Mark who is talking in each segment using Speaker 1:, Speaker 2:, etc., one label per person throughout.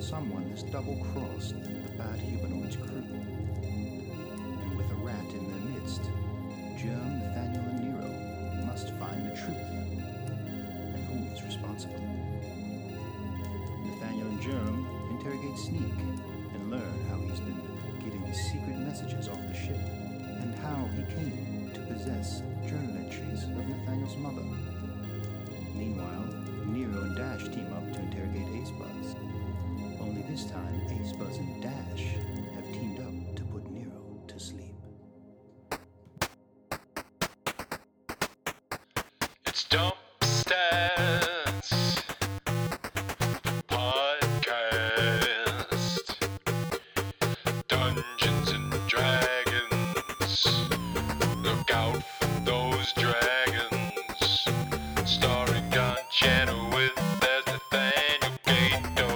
Speaker 1: someone has double-crossed the bad humanoid's crew. And with a rat in their midst, Germ, Nathaniel, and Nero must find the truth. And who is responsible? Nathaniel and Germ interrogate Sneak and learn how he's been getting these secret messages off the ship and how he came to possess journal entries of Nathaniel's mother. Meanwhile, Nero and Dash team up to interrogate Ace Buzz. Only this time, Ace Buzz and Dash have teamed up to put Nero to sleep.
Speaker 2: It's Dump Stats Podcast Dungeons and Dragons. Look out for those dragons. Starring John Channel with as Nathaniel Gato.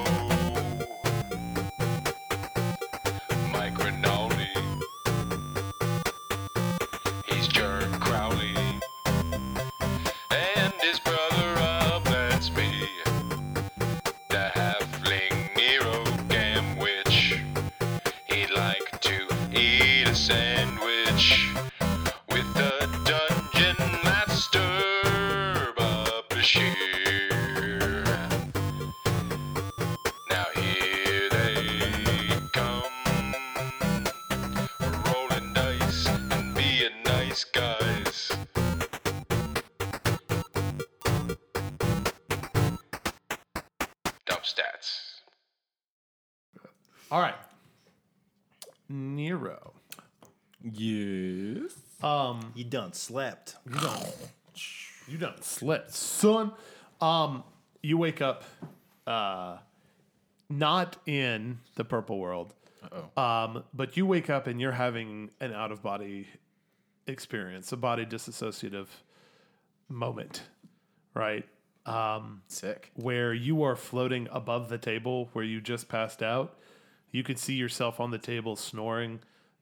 Speaker 2: Mike Rinaldi. He's Jerk Crowley and his brother Rob, that's me. The halfling Nero Gamwich. He'd like to eat a sandwich with the dungeon master, Bob Bashir. Now here they come. We're rolling dice and being nice guys. Dump stats.
Speaker 3: All right. Nero.
Speaker 4: Yes.
Speaker 3: Um,
Speaker 5: You done slept.
Speaker 3: you don't you don't slip, son. Um, you wake up uh not in the purple world. Um, but you wake up and you're having an out of body experience, a body disassociative moment, right?
Speaker 4: Sick.
Speaker 3: where you are floating above the table where you just passed out. You could see yourself on the table snoring,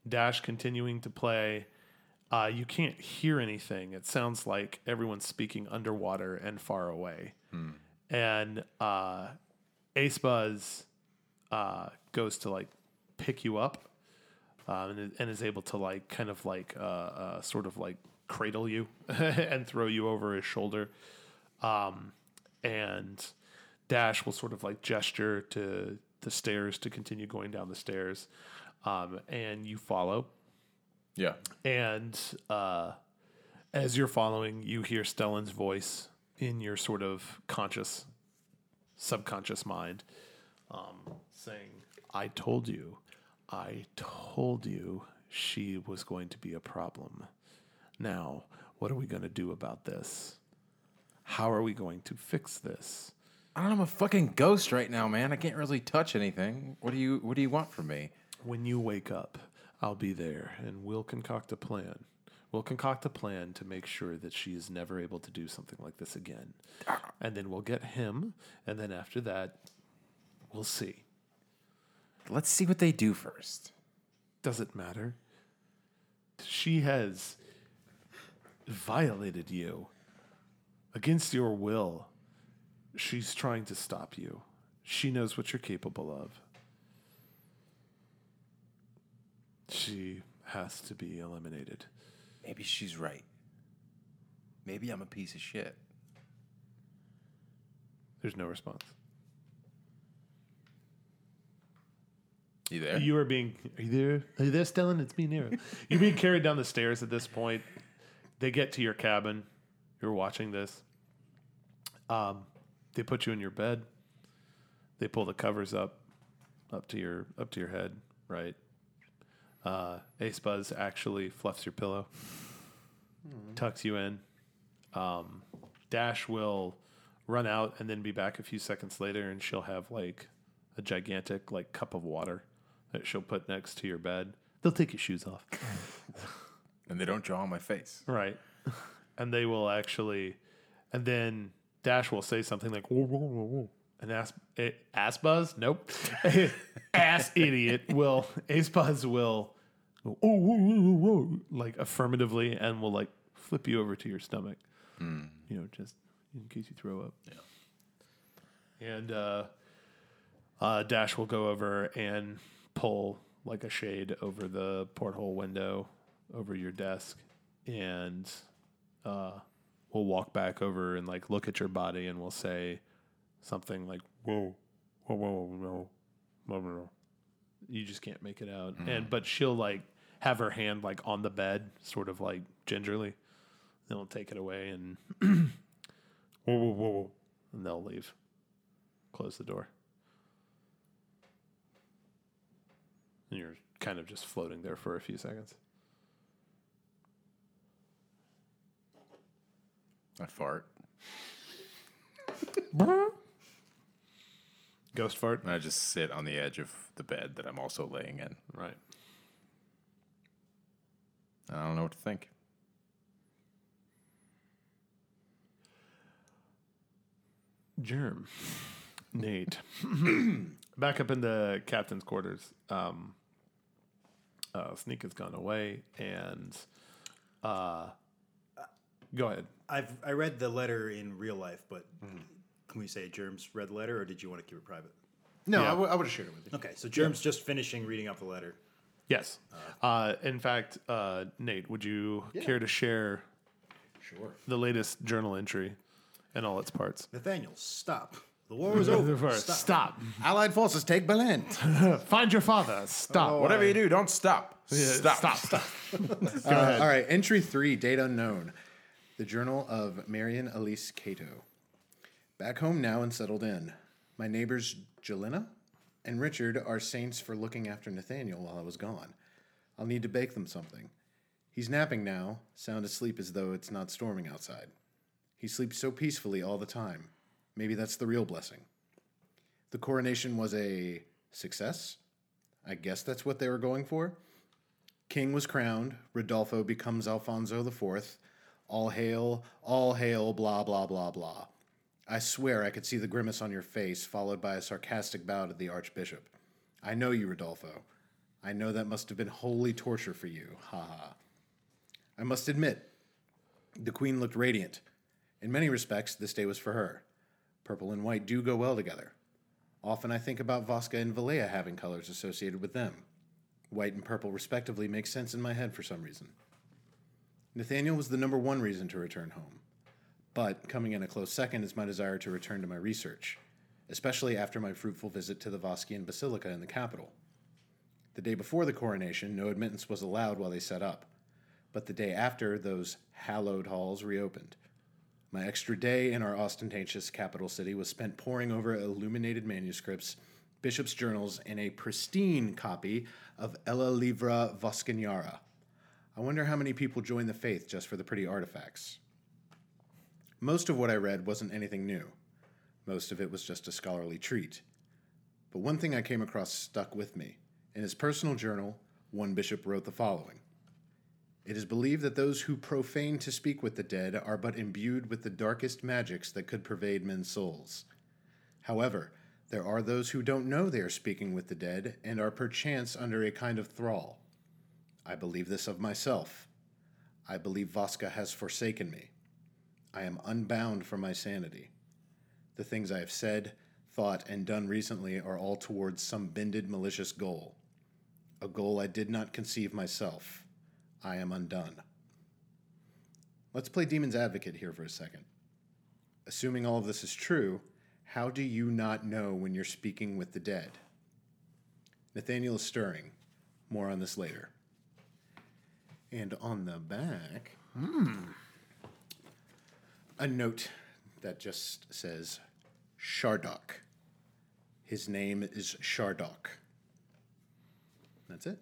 Speaker 3: Dash continuing to play. Uh, you can't hear anything. It sounds like everyone's speaking underwater and far away. And uh, Ace Buzz uh, goes to like pick you up um, and, and is able to like kind of like uh, uh, sort of like cradle you and throw you over his shoulder and Dash will sort of like gesture to the stairs to continue going down the stairs, um, and you follow.
Speaker 4: Yeah.
Speaker 3: And uh, as you're following, you hear Stellan's voice in your sort of conscious, subconscious mind, um, saying, "I told you, I told you, she was going to be a problem. Now, what are we going to do about this? How are we going to fix this?"
Speaker 4: I don't know, I'm a fucking ghost right now, man. I can't really touch anything. What do you what do you want from me?
Speaker 3: when you wake up, I'll be there and we'll concoct a plan. We'll concoct a plan to make sure that she is never able to do something like this again. And then we'll get him, and then after that, we'll see.
Speaker 4: Let's see what they do first.
Speaker 3: Doesn't matter. She has violated you against your will. She's trying to stop you. She knows what you're capable of. She has to be eliminated.
Speaker 4: Maybe she's right. Maybe I'm a piece of shit.
Speaker 3: There's no response.
Speaker 4: You there?
Speaker 3: You are being are you there? Are you there, Stellan? It's me, Nero. You're being carried down the stairs at this point. They get to your cabin. You're watching this. Um, they put you in your bed. They pull the covers up, up to your up to your head, right? Uh, Ace Buzz actually fluffs your pillow, tucks you in. Um, Dash will run out and then be back a few seconds later, and she'll have like a gigantic like cup of water that she'll put next to your bed. They'll take your shoes off,
Speaker 4: and they don't draw on my face.
Speaker 3: right? And they will actually, and then Dash will say something like "Whoa, whoa, whoa, whoa," and ass eh, ass buzz. Nope, ass idiot. Will ace buzz will go, "Oh, whoa, whoa, whoa, whoa," like affirmatively, and will like flip you over to your stomach. You know, just in case you throw up. Yeah. And uh, Uh, Dash will go over and pull like a shade over the porthole window over your desk, and uh, we'll walk back over and like look at your body, and we'll say something like "Whoa, whoa, whoa, whoa, no, no, no, no." You just can't make it out, and but she'll like have her hand like on the bed, sort of like gingerly. Then we'll take it away and whoa, whoa, whoa, whoa, and they'll leave. Close the door. And you're kind of just floating there for a few seconds.
Speaker 4: I fart.
Speaker 3: Ghost fart.
Speaker 4: And I just sit on the edge of the bed that I'm also laying in.
Speaker 3: Right.
Speaker 4: And I don't know what to think.
Speaker 3: Germ. Nate. Back up in the captain's quarters. Um, uh, Sneak has gone away, and uh, go ahead.
Speaker 5: I've I read the letter in real life, but can we say Germ's read the letter, or did you want to keep it private?
Speaker 6: No, I would have shared it with you.
Speaker 5: Okay, so Germ's just finishing reading up the letter.
Speaker 3: Yes. Uh, in fact, uh, Nate, would you care to share
Speaker 6: Sure.
Speaker 3: the latest journal entry and all its parts?
Speaker 5: Nathaniel, stop. The war is over. Stop.
Speaker 3: Stop.
Speaker 6: Allied forces take Berlin.
Speaker 3: Find your father. Stop.
Speaker 4: Whatever you do, don't stop. stop.
Speaker 3: Stop. Stop.
Speaker 6: Uh, all right, entry three, date unknown. The journal of Marion Elise Cato. Back home now and settled in. My neighbors Jelena and Richard are saints for looking after Nathaniel while I was gone. I'll need to bake them something. He's napping now, sound asleep as though it's not storming outside. He sleeps so peacefully all the time. Maybe that's the real blessing. The coronation was a success. I guess that's what they were going for. King was crowned. Rodolfo becomes Alfonso IV. All hail, all hail, blah, blah, blah, blah. I swear I could see the grimace on your face, followed by a sarcastic bow to the Archbishop. I know you, Rodolfo. I know that must have been holy torture for you. Ha ha. I must admit, the Queen looked radiant. In many respects, this day was for her. Purple and white do go well together. Often I think about Vasca and Valleja having colors associated with them. White and purple, respectively, make sense in my head for some reason. Nathaniel was the number one reason to return home, but coming in a close second is my desire to return to my research, especially after my fruitful visit to the Voskian Basilica in the capital. The day before the coronation, no admittance was allowed while they set up, but the day after, those hallowed halls reopened. My extra day in our ostentatious capital city was spent poring over illuminated manuscripts, bishop's journals, and a pristine copy of Ella Livra Voscagnara. I wonder how many people join the faith just for the pretty artifacts. Most of what I read wasn't anything new. Most of it was just a scholarly treat. But one thing I came across stuck with me. In his personal journal, one bishop wrote the following it is believed that those who profane to speak with the dead are but imbued with the darkest magics that could pervade men's souls. However, there are those who don't know they are speaking with the dead and are perchance under a kind of thrall. I believe this of myself. I believe Vasca has forsaken me. I am unbound from my sanity. The things I have said, thought, and done recently are all towards some bended malicious goal, a goal I did not conceive myself. I am undone. Let's play demon's advocate here for a second. Assuming all of this is true, how do you not know when you're speaking with the dead? Nathaniel is stirring. More on this later. And on the back, a note that just says Shardock. His name is Shardock. That's it.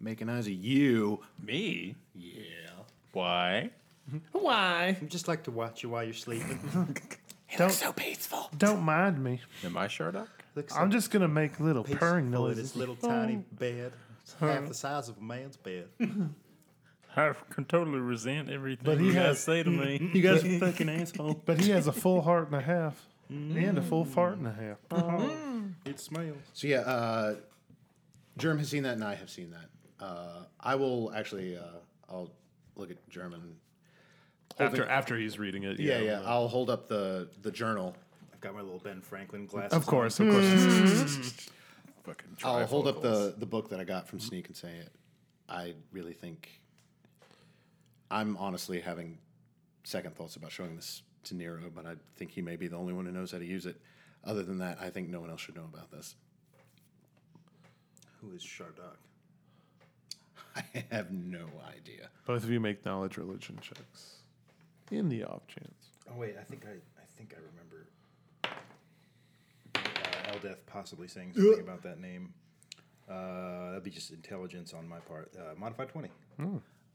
Speaker 6: Making eyes at you.
Speaker 4: Me?
Speaker 5: Yeah.
Speaker 4: Why?
Speaker 3: Why?
Speaker 5: I'd just like to watch you while you're sleeping.
Speaker 3: Don't mind me.
Speaker 4: Am I Shardock?
Speaker 5: Looks
Speaker 3: I'm just gonna make little
Speaker 5: peaceful
Speaker 3: purring
Speaker 5: in
Speaker 3: noises. Oh.
Speaker 5: this little tiny bed. It's half the size of a man's bed.
Speaker 7: I can totally resent everything
Speaker 3: But he
Speaker 7: you
Speaker 3: has-
Speaker 7: guys say to me. You guys are fucking asshole.
Speaker 3: But he has a full heart and a half, and a full fart and a half.
Speaker 5: It smells.
Speaker 6: So yeah, uh, Germ has seen that, and I have seen that. Uh, I will actually. Uh, I'll look at Germ and
Speaker 3: After after he's reading it. you
Speaker 6: Yeah,
Speaker 3: know,
Speaker 6: yeah. I'll hold up the the journal.
Speaker 5: I've got my little Ben Franklin glasses.
Speaker 3: Of course, of course.
Speaker 4: Fucking
Speaker 6: I'll hold up the the book that I got from Sneak and say it. I really think I'm honestly having second thoughts about showing this to Nero, but I think he may be the only one who knows how to use it. Other than that, I think no one else should know about this.
Speaker 5: Who is Shardock?
Speaker 6: I have no idea.
Speaker 3: Both of you make knowledge religion checks. In the off chance.
Speaker 5: Oh wait, I think I, I think I remember. Uh, Eldeth possibly saying something about that name. Uh, that'd be just intelligence on my part. Uh, modified twenty.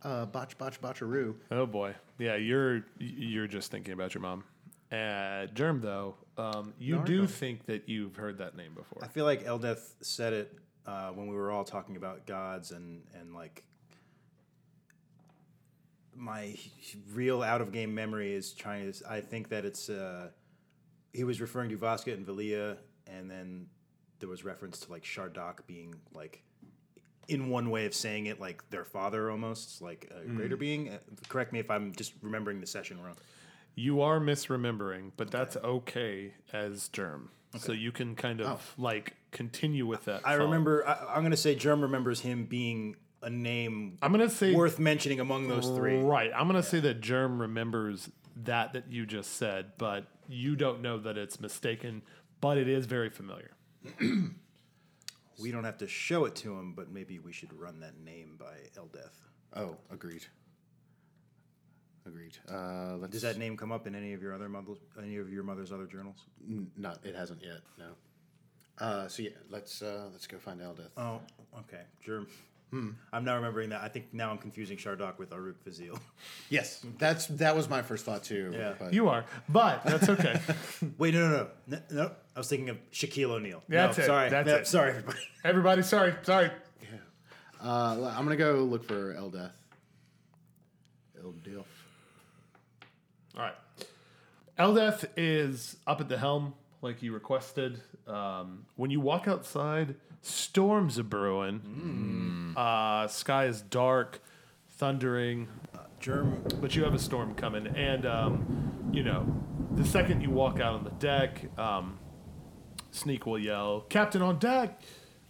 Speaker 6: Uh, botch, botch, botcheroo.
Speaker 3: Oh boy, yeah, you're you're just thinking about your mom. Uh, Germ, though, um, you do think that you've heard that name before.
Speaker 5: I feel like Eldeth said it uh, when we were all talking about gods and and like my h- h- real out of game memory is trying to. I think that it's uh, he was referring to Vasca and Valia, and then there was reference to like Shardock being like. In one way of saying it, like their father, almost like a greater being. Uh, correct me if I'm just remembering the session wrong.
Speaker 3: You are misremembering, but that's okay as Germ. So you can kind of like continue with that.
Speaker 5: Oh. I
Speaker 3: thought.
Speaker 5: remember. I, I'm going to say Germ remembers him being a name
Speaker 3: I'm gonna say
Speaker 5: worth mentioning among those three.
Speaker 3: Right. I'm gonna say that Germ remembers that that you just said, but you don't know that it's mistaken. But it is very familiar.
Speaker 5: We don't have to show it to him, but maybe we should run that name by Eldeth.
Speaker 6: Oh, agreed. Agreed. Uh, let's
Speaker 5: Does that name come up in any of your other mothers, any of your mother's other journals?
Speaker 6: not? It hasn't yet. No. Uh, so yeah, let's uh, let's go find Eldeth.
Speaker 5: Oh, okay, sure.
Speaker 3: Hmm.
Speaker 5: I'm now remembering that. I think now I'm confusing Shardock with Aruk Fazil.
Speaker 6: yes, that's that was my first thought too.
Speaker 5: Yeah.
Speaker 6: but-
Speaker 3: You are, but that's okay.
Speaker 5: Wait, no, no, no, no, no. I was thinking of Shaquille O'Neal.
Speaker 3: That's
Speaker 5: no,
Speaker 3: it,
Speaker 5: Sorry,
Speaker 3: that's
Speaker 5: No,
Speaker 3: it.
Speaker 5: sorry, everybody.
Speaker 3: Everybody, sorry, sorry.
Speaker 6: Uh, I'm gonna go look for Eldeth. Eldilf.
Speaker 3: All right. Eldeth is up at the helm, like you requested. Um, when you walk outside, storms are brewing. Uh, sky is dark, thundering,
Speaker 5: Germ.
Speaker 3: but you have a storm coming. And, um, you know, the second you walk out on the deck, um, Sneak will yell, Captain on deck!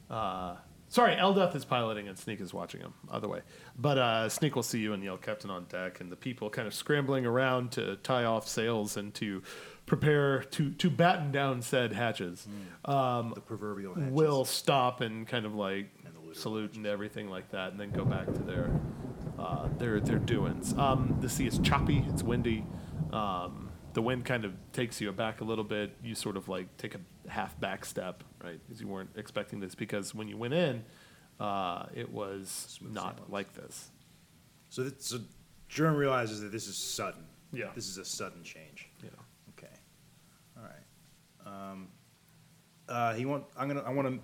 Speaker 3: Uh, sorry, Eldeth is piloting and Sneak is watching him, other way. But uh, Sneak will see you and yell, Captain on deck, and the people kind of scrambling around to tie off sails and to prepare to, to batten down said hatches
Speaker 5: The proverbial hatches.
Speaker 3: will stop and kind of like salute and everything like that, and then go back to their uh, their their doings. Um, the sea is choppy. It's windy. Um, the wind kind of takes you aback a little bit. You sort of like take a half back step, right? Because you weren't expecting this. Because when you went in, uh, it was not like this.
Speaker 5: So, that, so Germ realizes that this is sudden.
Speaker 3: Yeah.
Speaker 5: This is a sudden change.
Speaker 3: You know.
Speaker 5: Okay. All right. Um, uh, he want. I'm gonna. I want to.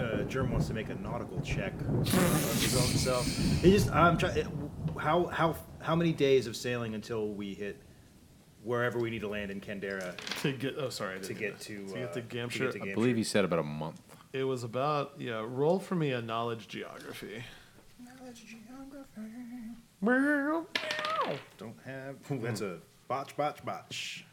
Speaker 5: Uh, Germ wants to make a nautical check on his own self. He just. I'm trying. How how how many days of sailing until we hit wherever we need to land in Candera?
Speaker 3: To get oh sorry I didn't
Speaker 5: To
Speaker 3: do
Speaker 5: get
Speaker 3: this.
Speaker 5: to,
Speaker 3: to get
Speaker 5: uh,
Speaker 3: to
Speaker 5: to get
Speaker 3: Gamshire.
Speaker 5: to
Speaker 4: I
Speaker 5: Gamshire.
Speaker 4: believe he said about a month.
Speaker 3: It was about yeah. Roll for me a knowledge geography. Knowledge geography.
Speaker 5: Don't have. Ooh, that's a botch, botch, botch.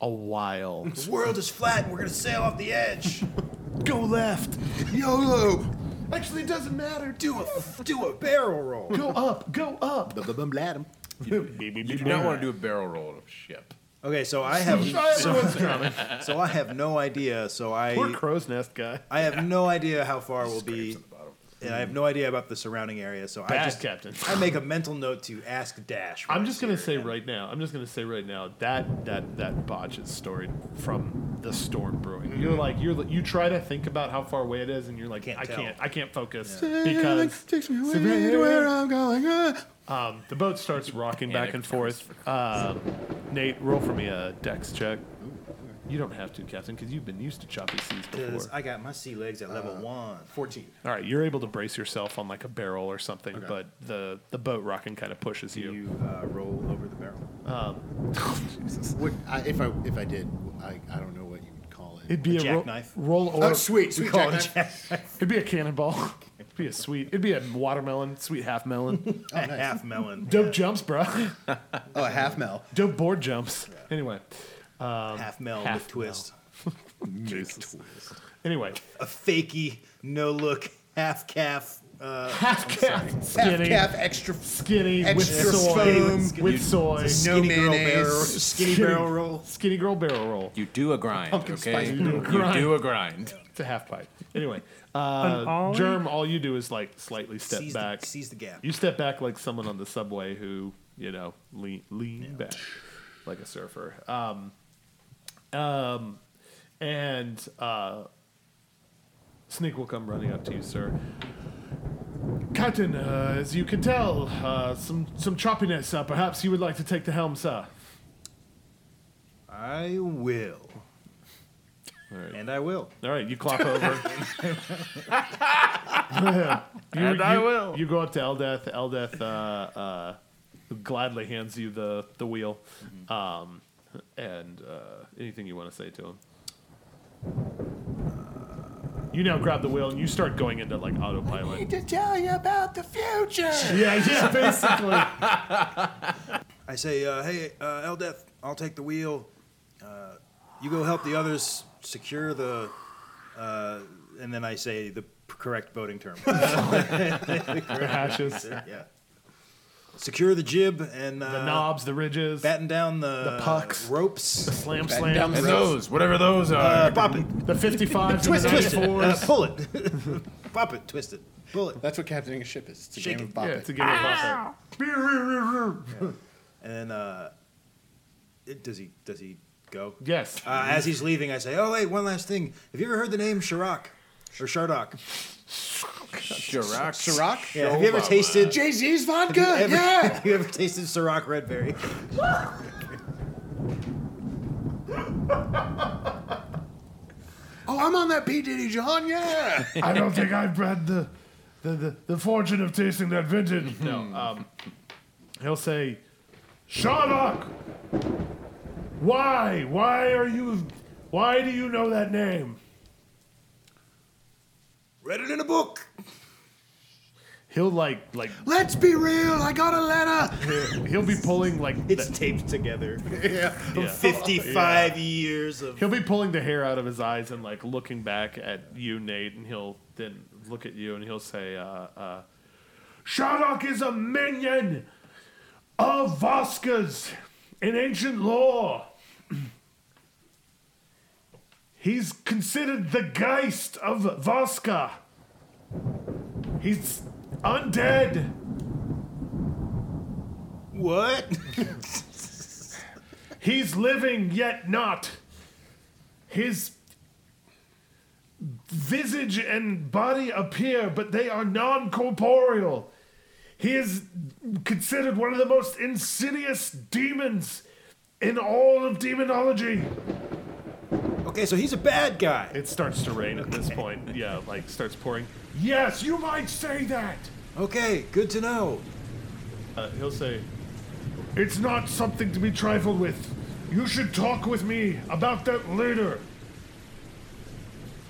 Speaker 3: A while.
Speaker 5: The world is flat. and We're gonna sail off the edge.
Speaker 3: Go left.
Speaker 5: YOLO.
Speaker 3: Actually, it doesn't matter. Do a
Speaker 5: Do a barrel roll.
Speaker 3: go up. Go up.
Speaker 6: Bladum.
Speaker 4: You do not want to do a barrel roll of ship.
Speaker 5: Okay, so I have so, so I have no idea. So
Speaker 3: Poor
Speaker 5: I
Speaker 3: crow's nest guy.
Speaker 5: I have no idea how far we'll be, and I have no idea about the surrounding area. So I
Speaker 3: Bad
Speaker 5: just
Speaker 3: captain.
Speaker 5: I make a mental note to ask Dash. when
Speaker 3: I'm
Speaker 5: I
Speaker 3: just
Speaker 5: see
Speaker 3: gonna
Speaker 5: her.
Speaker 3: say right now. I'm just gonna say right now that that that botch is storied from the storm brewing. You're like you're li- you try to think about how far away it is, and you're like
Speaker 5: Can't
Speaker 3: I
Speaker 5: tell.
Speaker 3: can't I can't focus because
Speaker 6: takes me away to where I'm going. ah.
Speaker 3: um, the boat starts rocking back
Speaker 4: it
Speaker 3: and forth. Um, Nate, roll for me a dex check. You don't have to, Captain, because you've been used to choppy seas before. Uh,
Speaker 5: 'Cause I got my sea legs at level one.
Speaker 6: Fourteen.
Speaker 3: All right, you're able to brace yourself on like a barrel or something, but the the boat rocking kind of pushes you.
Speaker 5: You uh, roll over the barrel.
Speaker 6: What, I, if I if I did, I, I don't know what you would call it.
Speaker 3: It'd be a, ro-
Speaker 5: jackknife.
Speaker 3: roll or
Speaker 6: Oh, sweet,
Speaker 3: we
Speaker 6: sweet
Speaker 3: call it
Speaker 6: jackknife.
Speaker 3: It'd be a cannonball. It'd be a sweet. It'd be a watermelon, sweet half melon.
Speaker 5: half melon,
Speaker 3: Dope jumps, bro.
Speaker 6: Oh, a half mel.
Speaker 3: Dope board jumps. Anyway,
Speaker 5: um, half mel
Speaker 3: half
Speaker 5: with twist,
Speaker 3: Jesus. Anyway,
Speaker 5: a fakey no look half calf. Uh,
Speaker 3: half calf,
Speaker 6: Half
Speaker 3: skinny,
Speaker 6: calf extra. f-
Speaker 3: skinny with
Speaker 6: extra
Speaker 3: soy,
Speaker 6: foam.
Speaker 3: with soy,
Speaker 6: No
Speaker 5: skinny girl
Speaker 6: mayonnaise.
Speaker 5: barrel, skinny,
Speaker 3: Skinny-
Speaker 5: barrel roll.
Speaker 3: skinny girl barrel roll.
Speaker 4: You do a grind, okay?
Speaker 6: spice
Speaker 4: You
Speaker 3: grind.
Speaker 4: do a grind.
Speaker 3: It's a half pipe. Anyway, uh,
Speaker 7: ollie?
Speaker 3: germ. All you do is like slightly step
Speaker 5: Seize the,
Speaker 3: back.
Speaker 5: seize the gap.
Speaker 3: You step back like someone on the subway who, you know, lean lean back like a surfer. Um, um, and uh, Sneak will come running up to you, sir. Captain, uh, as you can tell, uh, some some choppiness. Uh, perhaps you would like to take the helm, sir.
Speaker 5: I will, and I will.
Speaker 3: All right, you clop over. you,
Speaker 7: And I
Speaker 3: you-
Speaker 7: will.
Speaker 3: You go up to Eldeth. Eldeth uh, uh, gladly hands you the, the wheel. Um, and uh, anything you want to say to him. You now grab the wheel and you start going into like autopilot.
Speaker 6: To tell you about the future.
Speaker 3: Yeah, yeah, basically.
Speaker 5: I say, uh, hey, uh, Eldeth, I'll take the wheel. Uh, you go help the others secure the. Uh, and then I say the p- correct voting term.
Speaker 3: the hashes,
Speaker 5: yeah. Secure the jib and uh,
Speaker 3: the knobs, the ridges,
Speaker 5: batten down the,
Speaker 3: The pucks.
Speaker 5: ropes.
Speaker 3: slam
Speaker 6: Batten down
Speaker 3: slam,
Speaker 6: the-
Speaker 4: And those, whatever those are.
Speaker 5: Uh, pop it,
Speaker 3: the 55s,
Speaker 5: twist,
Speaker 3: the
Speaker 5: twist it,
Speaker 3: 94s.
Speaker 5: uh, pull it, pop it, twist it, pull it,
Speaker 6: That's what captaining a ship is. It's a
Speaker 5: Shake
Speaker 6: game
Speaker 5: it.
Speaker 6: of bop
Speaker 3: yeah,
Speaker 6: it.
Speaker 3: to get ah!
Speaker 5: and then uh, it, does he does he go?
Speaker 3: Yes.
Speaker 5: Uh, as he's leaving, I say, oh wait, one last thing. Have you ever heard the name Chirac or Shardock?
Speaker 4: Chirac.
Speaker 6: Ciroc?
Speaker 5: Yeah, have you ever tasted
Speaker 6: Jay Z's vodka.
Speaker 5: ever-
Speaker 6: yeah.
Speaker 5: Have you ever tasted Ciroc Redberry?
Speaker 6: Oh, I'm on that P Diddy John. Yeah.
Speaker 3: I don't think I've had the, the, the, the fortune of tasting that vintage. No. Um, he'll say, Shardock, why? Why are you. Why do you know that name?
Speaker 5: Read it in a book.
Speaker 3: He'll like like
Speaker 6: Let's be real. I got a letter.
Speaker 3: he'll be pulling like
Speaker 5: It's
Speaker 3: the,
Speaker 5: taped together.
Speaker 3: yeah.
Speaker 5: 55 years of.
Speaker 3: he'll be pulling the hair out of his eyes and like looking back at you, Nate, and he'll then look at you and he'll say, uh, uh, Shardock is a minion of Voska's in ancient lore. He's considered the geist of Voska. He's undead.
Speaker 5: What?
Speaker 3: He's living yet not. His visage and body appear, but they are non corporeal. He is considered one of the most insidious demons in all of demonology.
Speaker 5: Okay, so he's a bad guy.
Speaker 3: It starts to rain at this point. Yeah, like starts pouring. Yes, you might say that.
Speaker 5: Okay, good to know.
Speaker 3: Uh, he'll say, It's not something to be trifled with. You should talk with me about that later.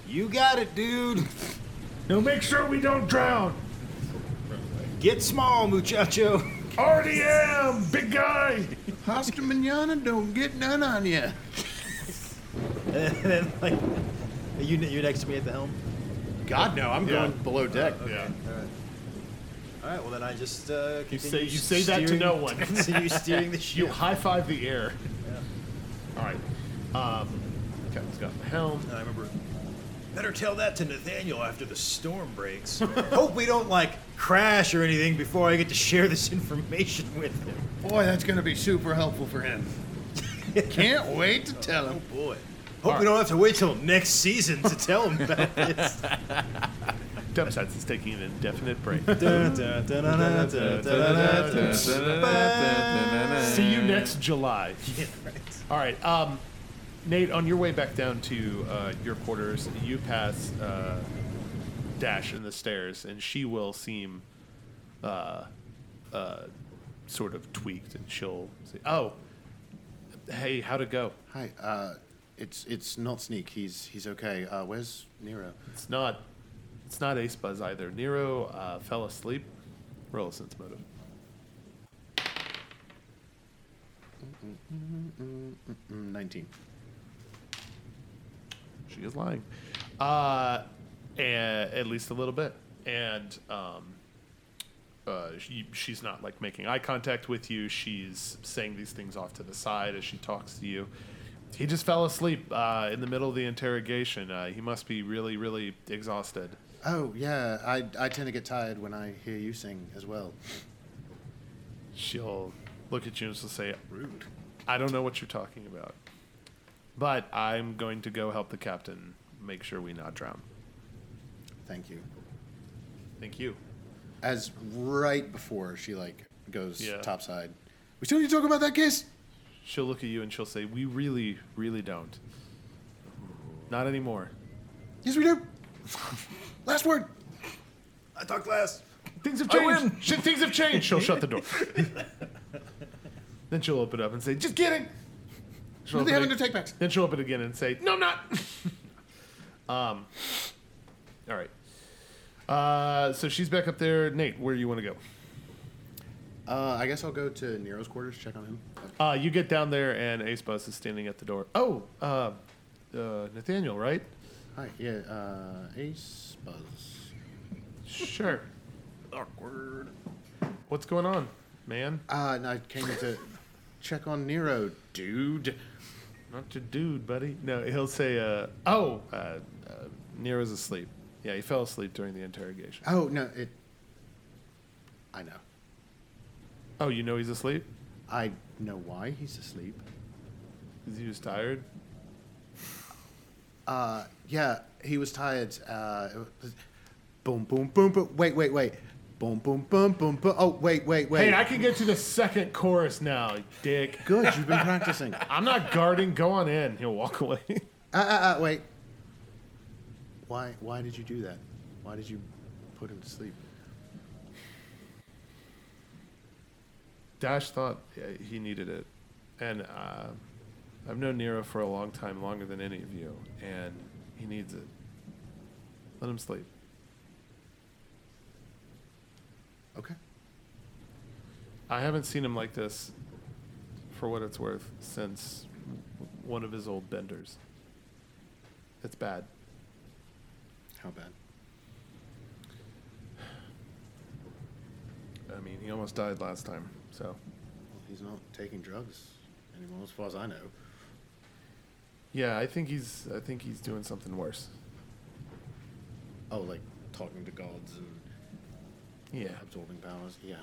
Speaker 5: You got it, dude.
Speaker 3: Now make sure we don't drown.
Speaker 5: Get small, muchacho.
Speaker 3: Already am, big guy.
Speaker 6: Pasta manana don't get none on you.
Speaker 5: and then, like, are you, you're next to me at the helm?
Speaker 6: God no, I'm
Speaker 3: Yeah.
Speaker 6: going below deck.
Speaker 3: Yeah.
Speaker 5: All right, well, then I just. Uh,
Speaker 3: You
Speaker 5: continue
Speaker 3: say you say that to
Speaker 5: steering-
Speaker 3: no one.
Speaker 5: Continue steering the
Speaker 3: You
Speaker 5: ship.
Speaker 3: high five the air. All right. Um, Captain's got the helm.
Speaker 5: And I remember. Better tell that to Nathaniel after the storm breaks. Hope we don't, like, crash or anything before I get to share this information with him.
Speaker 6: Boy, that's gonna be super helpful for him. Can't wait to tell him.
Speaker 5: Oh, Boy. Hope we don't have to wait till next season to tell him about this.
Speaker 3: Dubsats is taking an indefinite break. See you next July. All right. Um, Nate, on your way back down to uh, your quarters, you pass uh, Dash in the stairs, and she will seem uh, uh, sort of tweaked, and she'll say, "Oh, hey, how'd it go?"
Speaker 6: Hi, uh, It's it's not sneak. He's he's okay. Uh, where's Nero?
Speaker 3: It's not. It's not Ace Buzz either. Nero uh, fell asleep. Roll a sense motive.
Speaker 6: Mm, Nineteen.
Speaker 3: She is lying. Uh, and, at least a little bit. And um, uh, she, she's not like making eye contact with you. She's saying these things off to the side as she talks to you. He just fell asleep uh, in the middle of the interrogation. Uh, he must be really, really exhausted.
Speaker 6: Oh yeah, I I tend to get tired when I hear you sing as well.
Speaker 3: She'll look at you and she'll say, Rude. I don't know what you're talking about. But I'm going to go help the captain make sure we not drown.
Speaker 6: Thank you.
Speaker 3: Thank you.
Speaker 6: As right before she like goes
Speaker 3: Yeah.
Speaker 6: topside. We still need to talk about that kiss.
Speaker 3: She'll look at you and she'll say, We really, really don't. Not anymore.
Speaker 6: Yes, we do. Last word.
Speaker 5: I talked last.
Speaker 3: Things have
Speaker 4: I
Speaker 3: changed. Shit, things have changed. She'll shut the door. then she'll open up and say, Just kidding. She'll
Speaker 6: Do they
Speaker 3: open
Speaker 6: have
Speaker 3: it-
Speaker 6: any take backs?
Speaker 3: Then she'll open again and say, "No, I'm not." um. All right. Uh, so she's back up there. Nate, where do you want to go?
Speaker 6: Uh, I guess I'll go to Nero's quarters. Check on him.
Speaker 3: Uh, you get down there, and Ace Bus is standing at the door. Oh, uh, uh, Nathaniel, right?
Speaker 6: Hi. Yeah. Uh, Ace Buzz.
Speaker 3: Sure.
Speaker 6: Awkward.
Speaker 3: What's going on, man?
Speaker 6: Uh, no, I came to check on Nero, dude.
Speaker 3: Not your dude, buddy. No, he'll say, uh, "Oh, uh, uh, Nero's asleep. Yeah, he fell asleep during the interrogation.
Speaker 6: Oh no, it. I know.
Speaker 3: Oh, you know he's asleep?
Speaker 6: I know why he's asleep.
Speaker 3: Is he was tired?
Speaker 6: Uh, yeah, he was tired. Uh, it was- boom, boom, boom, boom. Wait, wait, wait. Boom, boom, boom, boom, boom. Oh, wait, wait, wait.
Speaker 3: Hey, I can get to the second chorus now, dick."
Speaker 6: Good, you've been practicing. Ah,
Speaker 3: I'm not guarding. Go on in. He'll walk away.
Speaker 6: ah, ah, wait. Why, why did you do that? Why did you put him to sleep?
Speaker 3: Dash thought uh, he needed it, and uh, I've known Nero for a long time, longer than any of you, and he needs it. Let him sleep.
Speaker 6: Okay.
Speaker 3: I haven't seen him like this, for what it's worth, since w- one of his old benders. It's bad.
Speaker 6: How bad?
Speaker 3: I mean, he almost died last time, so.
Speaker 6: Well, he's not taking drugs anymore, as far as I know.
Speaker 3: Yeah, I think he's. I think he's doing something worse.
Speaker 6: Oh, like talking to gods and
Speaker 3: Yeah,
Speaker 6: absorbing powers. Yeah.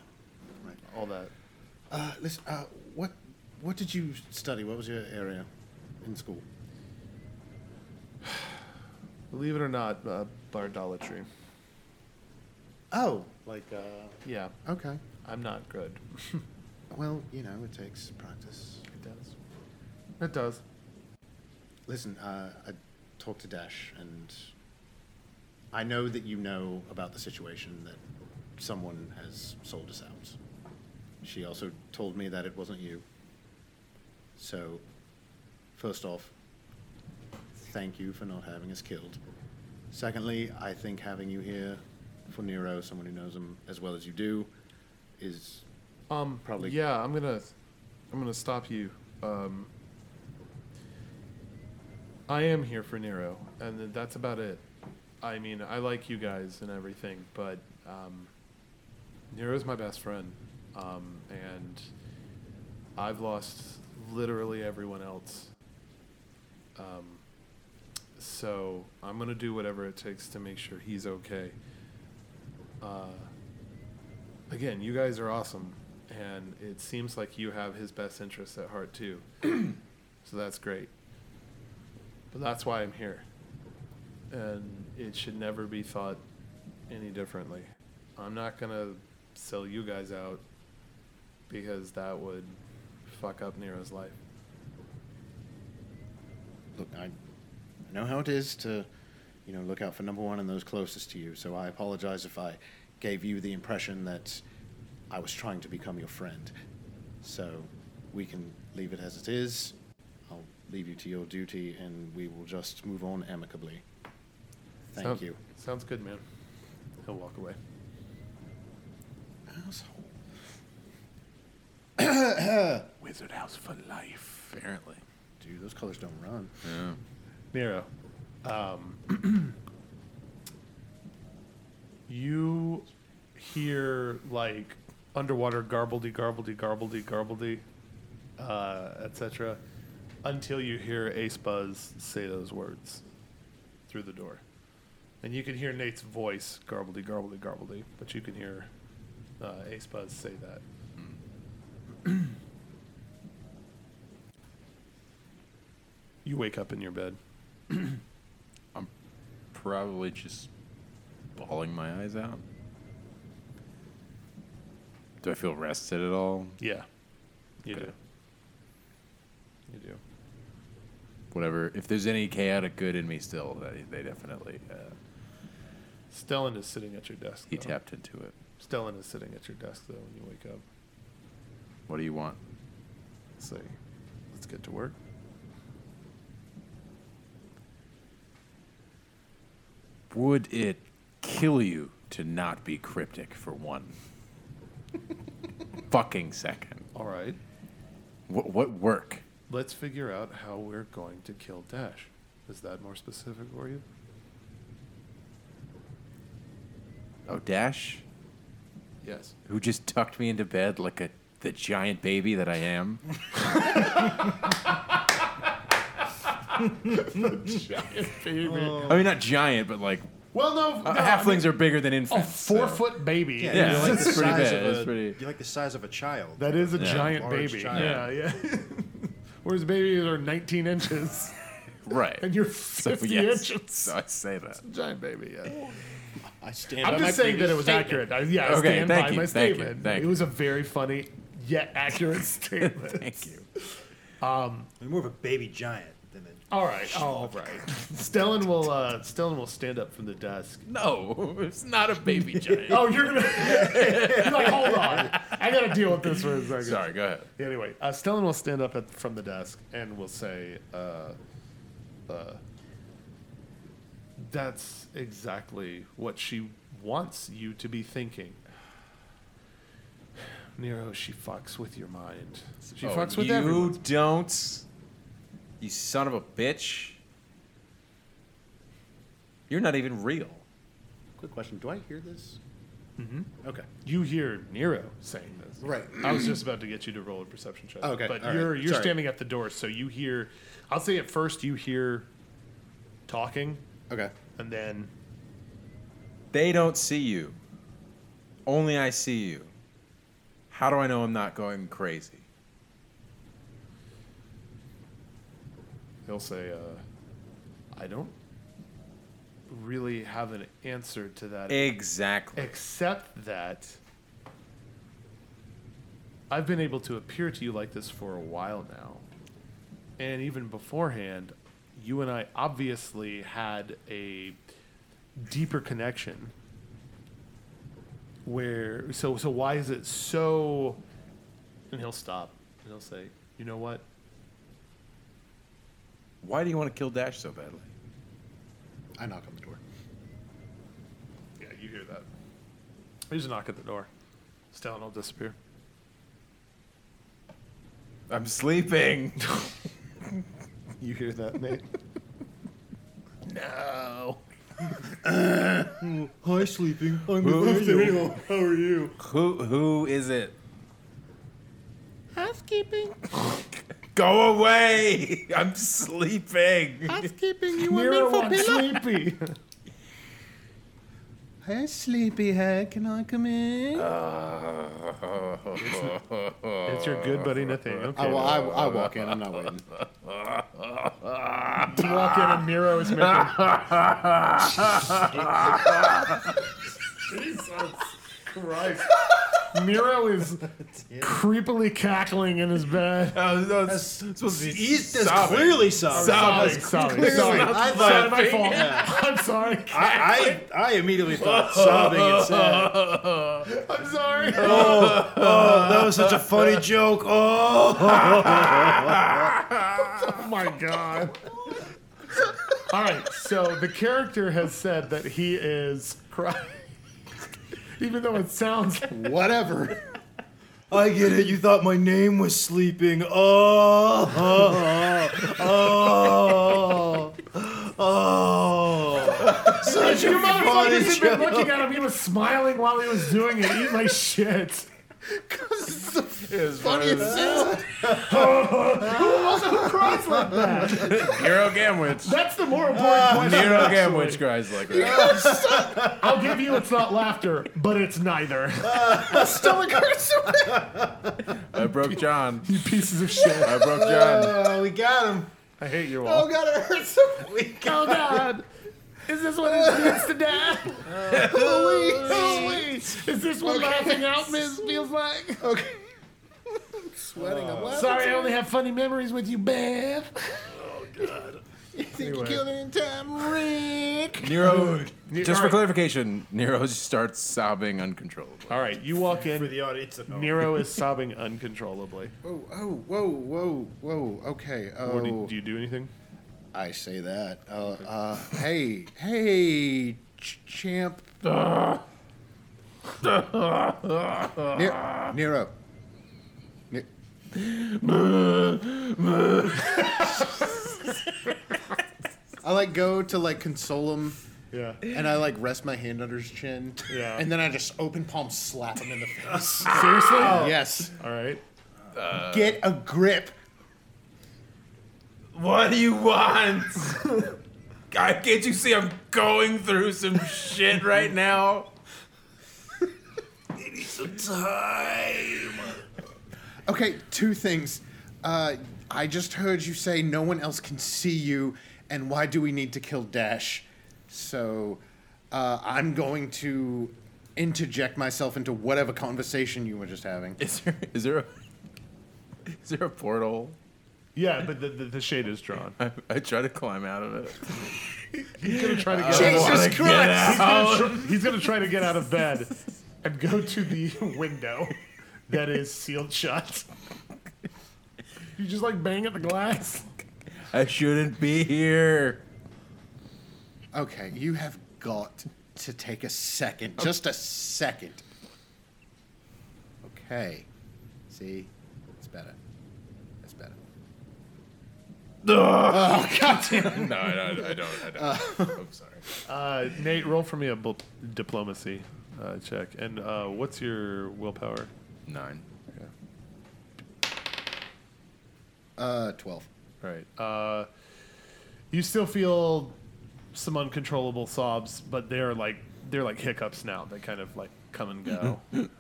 Speaker 6: Right.
Speaker 3: all that.
Speaker 6: Uh, listen, uh, what what did you study? What was your area in school?
Speaker 3: Believe it or not, uh, bardolatry.
Speaker 6: Oh, like uh,
Speaker 3: Yeah,
Speaker 6: okay.
Speaker 3: I'm not good.
Speaker 6: Well, you know, it takes practice.
Speaker 3: It does. It does.
Speaker 6: Listen, uh, I talked to Dash, and I know that you know about the situation that someone has sold us out. She also told me that it wasn't you. So, first off, thank you for not having us killed. Secondly, I think having you here for Nero, someone who knows him as well as you do, is
Speaker 3: Um,
Speaker 6: Probably-
Speaker 3: Yeah, I'm gonna, I'm gonna stop you. Um, I am here for Nero, and th- that's about it. I mean, I like you guys and everything, but um, Nero's my best friend, um, and I've lost literally everyone else. Um, so I'm gonna do whatever it takes to make sure he's okay. Uh, again, you guys are awesome, and it seems like you have his best interests at heart too. so that's great. But that's why I'm here, and it should never be thought any differently. I'm not gonna sell you guys out because that would fuck up Nero's life.
Speaker 6: look, I, I know how it is to, you know, look out for number one and those closest to you. So I apologize if I gave you the impression that I was trying to become your friend. So we can leave it as it is. I'll leave you to your duty, and we will just move on amicably. Thank
Speaker 3: Sound-
Speaker 6: you.
Speaker 3: Sounds good, man. He'll walk away.
Speaker 6: Asshole.
Speaker 3: Wizard house for life.
Speaker 4: Apparently.
Speaker 6: Dude, those colors don't run.
Speaker 4: Yeah.
Speaker 3: Nero, um, you hear like underwater garbledy, garbledy, garbledy, garbledy, uh, etc., until you hear Ace Buzz say those words through the door. And you can hear Nate's voice garbledy, garbledy, garbledy, but you can hear uh, Ace Buzz say that. You wake up in your bed.
Speaker 4: Probably just bawling my eyes out. Do I feel rested at all?
Speaker 3: Yeah. You
Speaker 4: Okay.
Speaker 3: do. You do.
Speaker 4: Whatever. If there's any chaotic good in me still, they, they definitely uh,
Speaker 3: Stellan is sitting at your desk.
Speaker 4: he
Speaker 3: though.
Speaker 4: tapped into it.
Speaker 3: Stellan is sitting at your desk though when you wake up.
Speaker 4: What do you want?
Speaker 3: It's like, let's get to work.
Speaker 4: Would it kill you to not be cryptic for one fucking second?
Speaker 3: All right.
Speaker 4: What, what work?
Speaker 3: Let's figure out how we're going to kill Dash. Is that more specific for you?
Speaker 4: Oh, Dash,
Speaker 3: Yes.
Speaker 4: who just tucked me into bed like a the giant baby that I am. I mean, not giant, but like
Speaker 3: Oh. Well, no.
Speaker 4: uh, halflings are bigger than infants.
Speaker 3: four
Speaker 4: so-
Speaker 3: foot baby.
Speaker 4: Yeah,
Speaker 5: you're like
Speaker 4: it's
Speaker 5: the
Speaker 4: pretty
Speaker 5: size
Speaker 4: bad,
Speaker 5: of a-
Speaker 4: it's pretty-
Speaker 5: You're like the size of a child.
Speaker 3: That is a
Speaker 4: Yeah.
Speaker 3: giant
Speaker 5: Large
Speaker 3: baby.
Speaker 5: child.
Speaker 3: Yeah, yeah. Whereas babies are 19 inches
Speaker 4: right?
Speaker 3: oh, and you're
Speaker 4: so,
Speaker 3: 50
Speaker 4: yes.
Speaker 3: inches.
Speaker 4: So I say that.
Speaker 3: Giant baby, yeah.
Speaker 6: I stand
Speaker 3: I'm just saying that it was accurate. I, yeah, I
Speaker 4: Okay,
Speaker 3: stand
Speaker 4: thank
Speaker 3: by
Speaker 4: you,
Speaker 3: my
Speaker 4: thank you,
Speaker 3: statement.
Speaker 4: thank
Speaker 3: it
Speaker 4: you.
Speaker 3: was a very funny yet accurate statement.
Speaker 4: Thank you.
Speaker 5: You're more of a baby giant than a.
Speaker 3: All right, all right. Stellan will uh, Stellan will stand up from the desk.
Speaker 4: No, it's not a baby giant.
Speaker 3: Oh, you're gonna you're like, hold on. I gotta deal with this for a second.
Speaker 4: Sorry, go ahead.
Speaker 3: Anyway, uh, Stellan will stand up at, from the desk and will say, uh, uh, "That's exactly what she wants you to be thinking." Nero, she fucks with your mind. She
Speaker 4: Oh,
Speaker 3: fucks with
Speaker 4: you
Speaker 3: everyone.
Speaker 4: don't. You son of a bitch. You're not even real.
Speaker 6: Quick question: Do I hear this? Mm-hmm. Okay.
Speaker 3: You hear Nero saying this,
Speaker 6: Right.
Speaker 3: I was just about to get you to roll a perception check.
Speaker 6: Okay,
Speaker 3: but
Speaker 6: all right,
Speaker 3: you're you're
Speaker 6: sorry.
Speaker 3: standing at the door, so you hear. I'll say at first you hear talking,
Speaker 6: Okay.
Speaker 3: and then
Speaker 4: They don't see you. Only I see you. How do I know I'm not going crazy?
Speaker 3: he'll say, uh, "I don't really have an answer to that,
Speaker 4: Exactly.
Speaker 3: except that I've been able to appear to you like this for a while now, and even beforehand, you and I obviously had a deeper connection." where so so why is it so and he'll stop and he'll say you know what
Speaker 4: Why do you want to kill Dash so badly?
Speaker 6: I knock on the door.
Speaker 3: yeah you hear that there's a knock at the door stellan will disappear
Speaker 4: I'm sleeping.
Speaker 3: you hear that nate no
Speaker 6: Hi, sleeping. I'm
Speaker 3: how are you
Speaker 4: Who who is it? Housekeeping. Go away! I'm sleeping.
Speaker 3: nero wants sleepy
Speaker 6: Hey, sleepyhead. Can I come in?
Speaker 3: it's your good buddy nathaniel
Speaker 6: I, wa- I, I walk in. I'm not waiting.
Speaker 3: you walk in and nero is making jesus christ
Speaker 8: Miro is creepily cackling in his bed.
Speaker 4: Oh, no, it's, it's supposed to be
Speaker 5: There's
Speaker 4: sobbing.
Speaker 5: clearly some.
Speaker 8: Sorry,
Speaker 4: Sobbing.
Speaker 8: sorry,
Speaker 6: clearly
Speaker 8: sorry.
Speaker 6: not
Speaker 8: I'm sorry, my fault. I'm sorry.
Speaker 5: I, I I immediately thought sobbing and sad.
Speaker 8: I'm sorry.
Speaker 5: Oh, that was such a funny joke. Oh,
Speaker 8: Oh my god. All right, so the character has said that he is crying, even though it sounds
Speaker 6: Whatever.
Speaker 5: I get it. You thought my name was sleeping. Oh, oh, oh, oh. Such
Speaker 8: You
Speaker 5: a funny
Speaker 8: motherfuckers have been
Speaker 5: joke.
Speaker 8: looking at him. He was smiling while he was doing it. Eat my shit.
Speaker 6: Funniest thing.
Speaker 8: Cries like that.
Speaker 4: Nero Gamwich.
Speaker 8: That's the more important
Speaker 6: Ah.
Speaker 8: question.
Speaker 4: Nero
Speaker 8: actually.
Speaker 4: Gamwich cries like that.
Speaker 8: I'll give you it's not laughter, but it's neither.
Speaker 6: Ah. Stomach hurts so bad.
Speaker 4: I broke John.
Speaker 8: You pieces of shit.
Speaker 4: I broke John.
Speaker 5: Oh, we got him.
Speaker 8: I hate you
Speaker 6: Oh
Speaker 8: all.
Speaker 6: god, it hurts so bad.
Speaker 8: Oh God. Is this what it means to die?
Speaker 6: Holy.
Speaker 8: Holy. Is this what laughing out miss feels like?
Speaker 6: Okay. I'm sweating. I'm laughing.
Speaker 8: Sorry, I only have funny memories with you, babe.
Speaker 6: You think you killed it in time, Rick?
Speaker 4: Nero. Just for
Speaker 8: Alright.
Speaker 4: clarification, Nero starts sobbing uncontrollably.
Speaker 8: All right, you walk
Speaker 5: For
Speaker 8: in.
Speaker 5: the audience to know.
Speaker 8: Nero is sobbing uncontrollably.
Speaker 6: Oh, oh, whoa, whoa, whoa. Okay. Oh.
Speaker 8: Or do, do you do anything?
Speaker 6: I say that. Uh, uh, hey, hey, ch- champ. Ne- Nero. Ne- I like go to like console him,
Speaker 8: Yeah.
Speaker 6: and I like rest my hand under his chin,
Speaker 8: Yeah.
Speaker 6: and then I just open palm slap him in the face.
Speaker 8: Seriously?
Speaker 6: yes,
Speaker 8: Oh, All right.
Speaker 6: get a grip.
Speaker 4: What do you want? God, can't you see I'm going through some shit right now?
Speaker 6: Okay, two things. Uh, I just heard you say no one else can see you, and why do we need to kill Dash? So uh, I'm going to interject myself into whatever conversation you were just having.
Speaker 4: Is there is there a, is there a portal?
Speaker 8: Yeah, but the, the, the shade is drawn.
Speaker 4: I, I try to climb out of it.
Speaker 8: He's gonna try to get
Speaker 6: Jesus
Speaker 8: out of
Speaker 4: Wanna get
Speaker 6: Christ!
Speaker 4: Oh.
Speaker 8: he's, gonna tr- he's gonna try to get out of bed and go to the window that is sealed shut. You just like bang at the glass.
Speaker 4: I shouldn't be here.
Speaker 6: Okay, you have got to take a second, just a second. Okay, see, it's better. It's better. Oh God damn!
Speaker 4: No, I don't. I don't. I don't. I'm sorry.
Speaker 8: Uh, Nate, roll for me a bl- diplomacy uh, check. And uh, what's your willpower?
Speaker 4: Nine.
Speaker 6: Uh, twelve.
Speaker 8: Right. Uh, you still feel some uncontrollable sobs, but they're like they're like hiccups now. They kind of like come and go.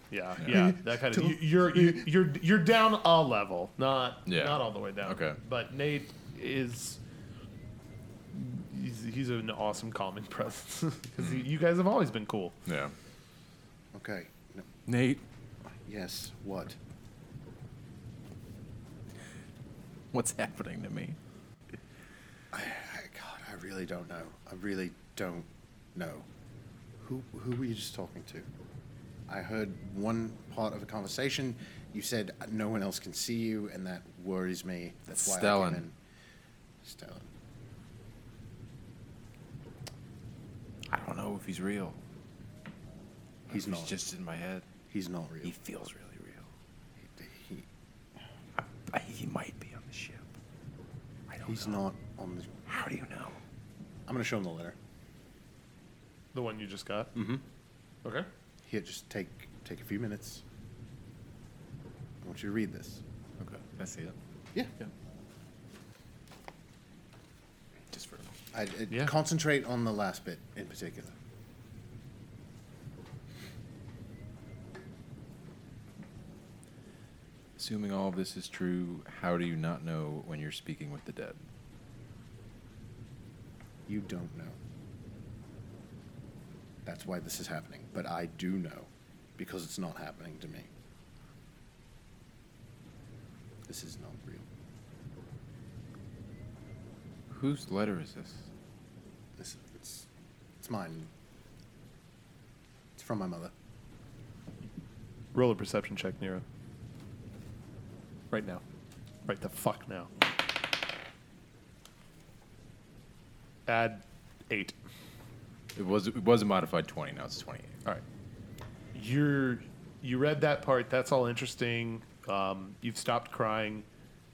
Speaker 8: yeah, yeah, that kind of. You, you're you, you're you're down a level, not
Speaker 4: Yeah.
Speaker 8: not all the way down.
Speaker 4: Okay.
Speaker 8: But Nate is. He's, he's an awesome calming presence because you guys have always been cool.
Speaker 4: Yeah.
Speaker 6: Okay. No,
Speaker 4: Nate,
Speaker 6: yes. What?
Speaker 4: what's happening to me?
Speaker 6: I- God, I really don't know. I really don't know. Who who were you just talking to? I heard one part of a conversation. You said uh, no one else can see you, and that worries me. That's why I
Speaker 4: Stellan.
Speaker 6: came in. Stellan.
Speaker 4: I don't know if he's real.
Speaker 6: He's
Speaker 4: He's
Speaker 6: not.
Speaker 4: just in my head.
Speaker 6: He's not real.
Speaker 4: He feels really real.
Speaker 6: He-
Speaker 4: I, he might be on the ship. I don't
Speaker 6: he's
Speaker 4: know.
Speaker 6: not on the.
Speaker 4: How do you know?
Speaker 6: I'm gonna show him the letter.
Speaker 8: The one you just got. Mm-hmm. Okay.
Speaker 6: Here, just take take a few minutes. I want you to read this.
Speaker 4: Okay, I see it.
Speaker 6: Yeah.
Speaker 4: Just for
Speaker 6: I, I-
Speaker 8: Yeah.
Speaker 6: Concentrate on the last bit in particular.
Speaker 4: assuming all of this is true. How do you not know when you're speaking with the dead?
Speaker 6: You don't know. That's why this is happening. But I do know because it's not happening to me. This is not real.
Speaker 4: Whose letter is this?
Speaker 6: This it's it's mine. It's from my mother.
Speaker 3: Roll a perception check, Nero. Right now. Right the fuck now. Add eight.
Speaker 4: It was it was a modified twenty. Now it's twenty eight.
Speaker 3: All right. You're you read that part. That's all interesting. Um, you've stopped crying.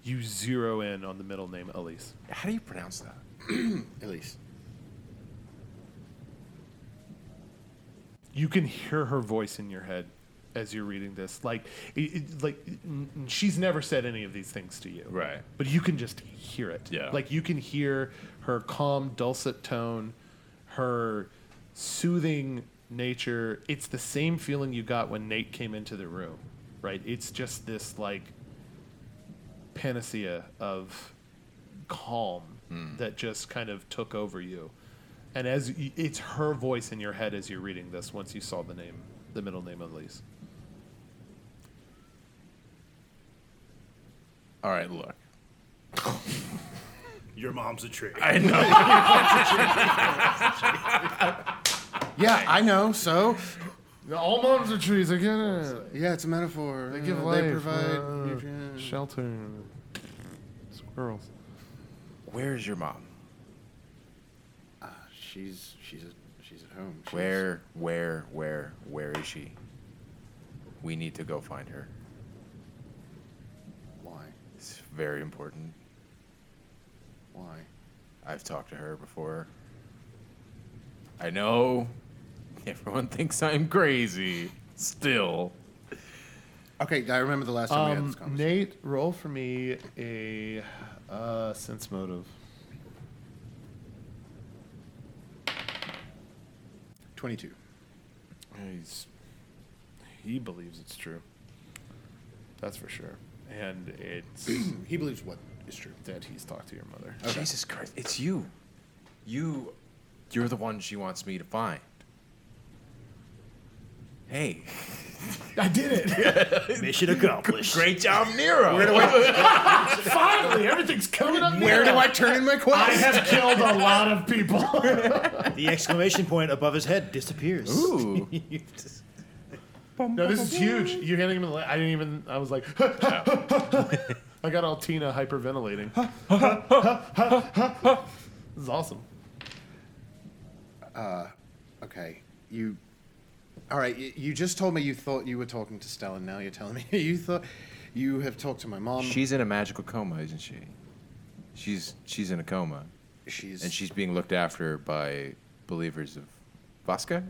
Speaker 3: You zero in on the middle name Elise.
Speaker 4: How do you pronounce that?
Speaker 6: Elise.
Speaker 3: You can hear her voice in your head as you're reading this. Like, it, it- like n- n- she's never said any of these things to you,
Speaker 4: Right.
Speaker 3: But you can just hear it.
Speaker 4: Yeah.
Speaker 3: Like you can hear her calm, dulcet tone, her soothing nature. It's the same feeling you got when Nate came into the room, right? It's just this like panacea of calm that just kind of took over you. And as y it's her voice in your head as you're reading this, once you saw the name, the middle name of Elise.
Speaker 4: All right, look.
Speaker 5: Your mom's a trick.
Speaker 6: Yeah, I know. So
Speaker 3: All moms are trees. I get it.
Speaker 6: yeah, it's a metaphor. They
Speaker 3: give
Speaker 6: uh,
Speaker 3: life,
Speaker 6: They provide
Speaker 3: uh,
Speaker 6: nutrients.
Speaker 3: Shelter. Squirrels.
Speaker 4: Where is your mom?
Speaker 6: Ah, She's she's a, she's at home. She's-
Speaker 4: Where, where, where, where is she? We need to go find her.
Speaker 6: Why?
Speaker 4: It's very important.
Speaker 6: Why?
Speaker 4: I've talked to her before. I know everyone thinks I'm crazy. Still.
Speaker 6: Okay, I remember the last time we had this
Speaker 3: Um,
Speaker 6: conversation.
Speaker 3: Nate, roll for me a uh, sense motive.
Speaker 6: 22.
Speaker 3: He's, he believes it's true. That's for sure. And it's
Speaker 6: He believes what is true.
Speaker 3: that he's talked to your mother.
Speaker 6: Okay.
Speaker 4: Jesus Christ, it's you. You you're the one she wants me to find. Hey.
Speaker 3: I did it!
Speaker 5: Mission accomplished.
Speaker 4: Great job, Nero.
Speaker 3: Finally, everything's coming up.
Speaker 6: Where do I turn in my quest?
Speaker 3: I have killed a lot of people.
Speaker 5: The exclamation point above his head disappears.
Speaker 4: Ooh.
Speaker 3: no, this is huge. You handing him the. la- I didn't even. I was like, I got all Tina hyperventilating. this is awesome.
Speaker 6: Okay, you. All right, you, you just told me you thought you were talking to Stellan. Now you're telling me you thought you have talked to my mom.
Speaker 4: She's in a magical coma, isn't she? She's she's in a coma.
Speaker 6: she's
Speaker 4: And she's being looked after by believers of Vasca?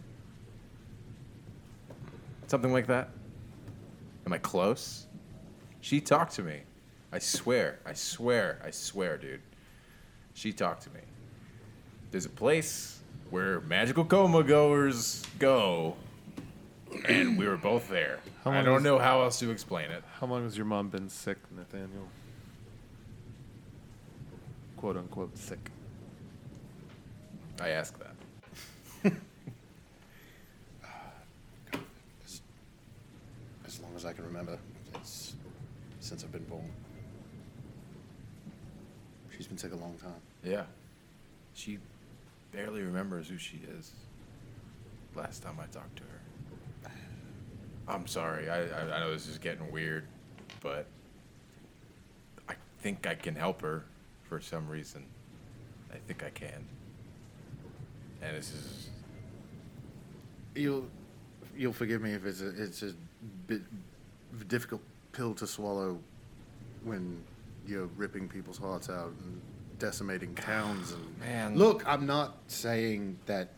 Speaker 4: Something like that? Am I close? She talked to me. I swear, I swear, I swear, dude. She talked to me. There's a place where magical coma goers go. And we were both there.
Speaker 3: How
Speaker 4: I
Speaker 3: long
Speaker 4: don't
Speaker 3: is-
Speaker 4: know how else to explain it.
Speaker 3: How long has your mom been sick, Nathaniel? Quote unquote sick.
Speaker 4: I ask that.
Speaker 6: as long as I can remember. It's since I've been born. She's been sick a long time.
Speaker 4: Yeah. She barely remembers who she is. Last time I talked to her. I'm sorry. I, I, I know this is getting weird, but I think I can help her for some reason. I think I can. And this is.
Speaker 6: You'll you'll forgive me if it's a, it's a bit of a difficult pill to swallow when you're ripping people's hearts out and decimating towns and
Speaker 4: Ah, Man.
Speaker 6: Look, I'm not saying that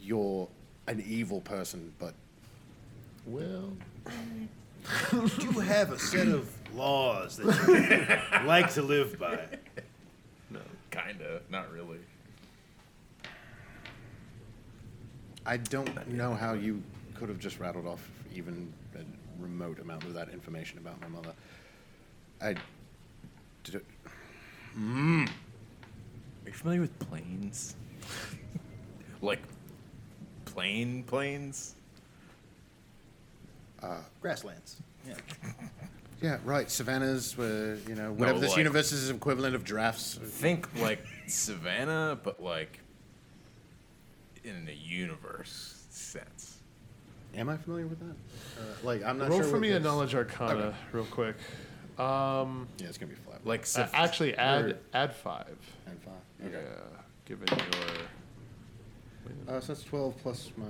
Speaker 6: you're an evil person, but
Speaker 3: Well,
Speaker 5: Do you have a set of laws that you like to live by?
Speaker 4: No. Kinda. Not really.
Speaker 6: I don't know how you could have just rattled off even a remote amount of that information about my mother. I d-
Speaker 4: Are you familiar with planes? like, plane planes?
Speaker 5: Grasslands. Yeah.
Speaker 6: Yeah, right. Savannas were, you know, whatever this
Speaker 4: like-
Speaker 6: universe is equivalent of drafts.
Speaker 4: Think like Savannah, but like in a universe sense.
Speaker 6: Am I familiar with that? Uh, like, I'm not
Speaker 3: Roll
Speaker 6: sure.
Speaker 3: for
Speaker 6: what
Speaker 3: me a
Speaker 6: this-
Speaker 3: knowledge arcana, real quick. Um,
Speaker 6: Yeah, it's gonna be flat.
Speaker 4: Like
Speaker 3: uh,
Speaker 4: Sav-
Speaker 3: actually, add
Speaker 6: Word.
Speaker 3: add five.
Speaker 6: And five. Okay.
Speaker 3: Yeah, given your
Speaker 6: Uh, so that's 12 plus my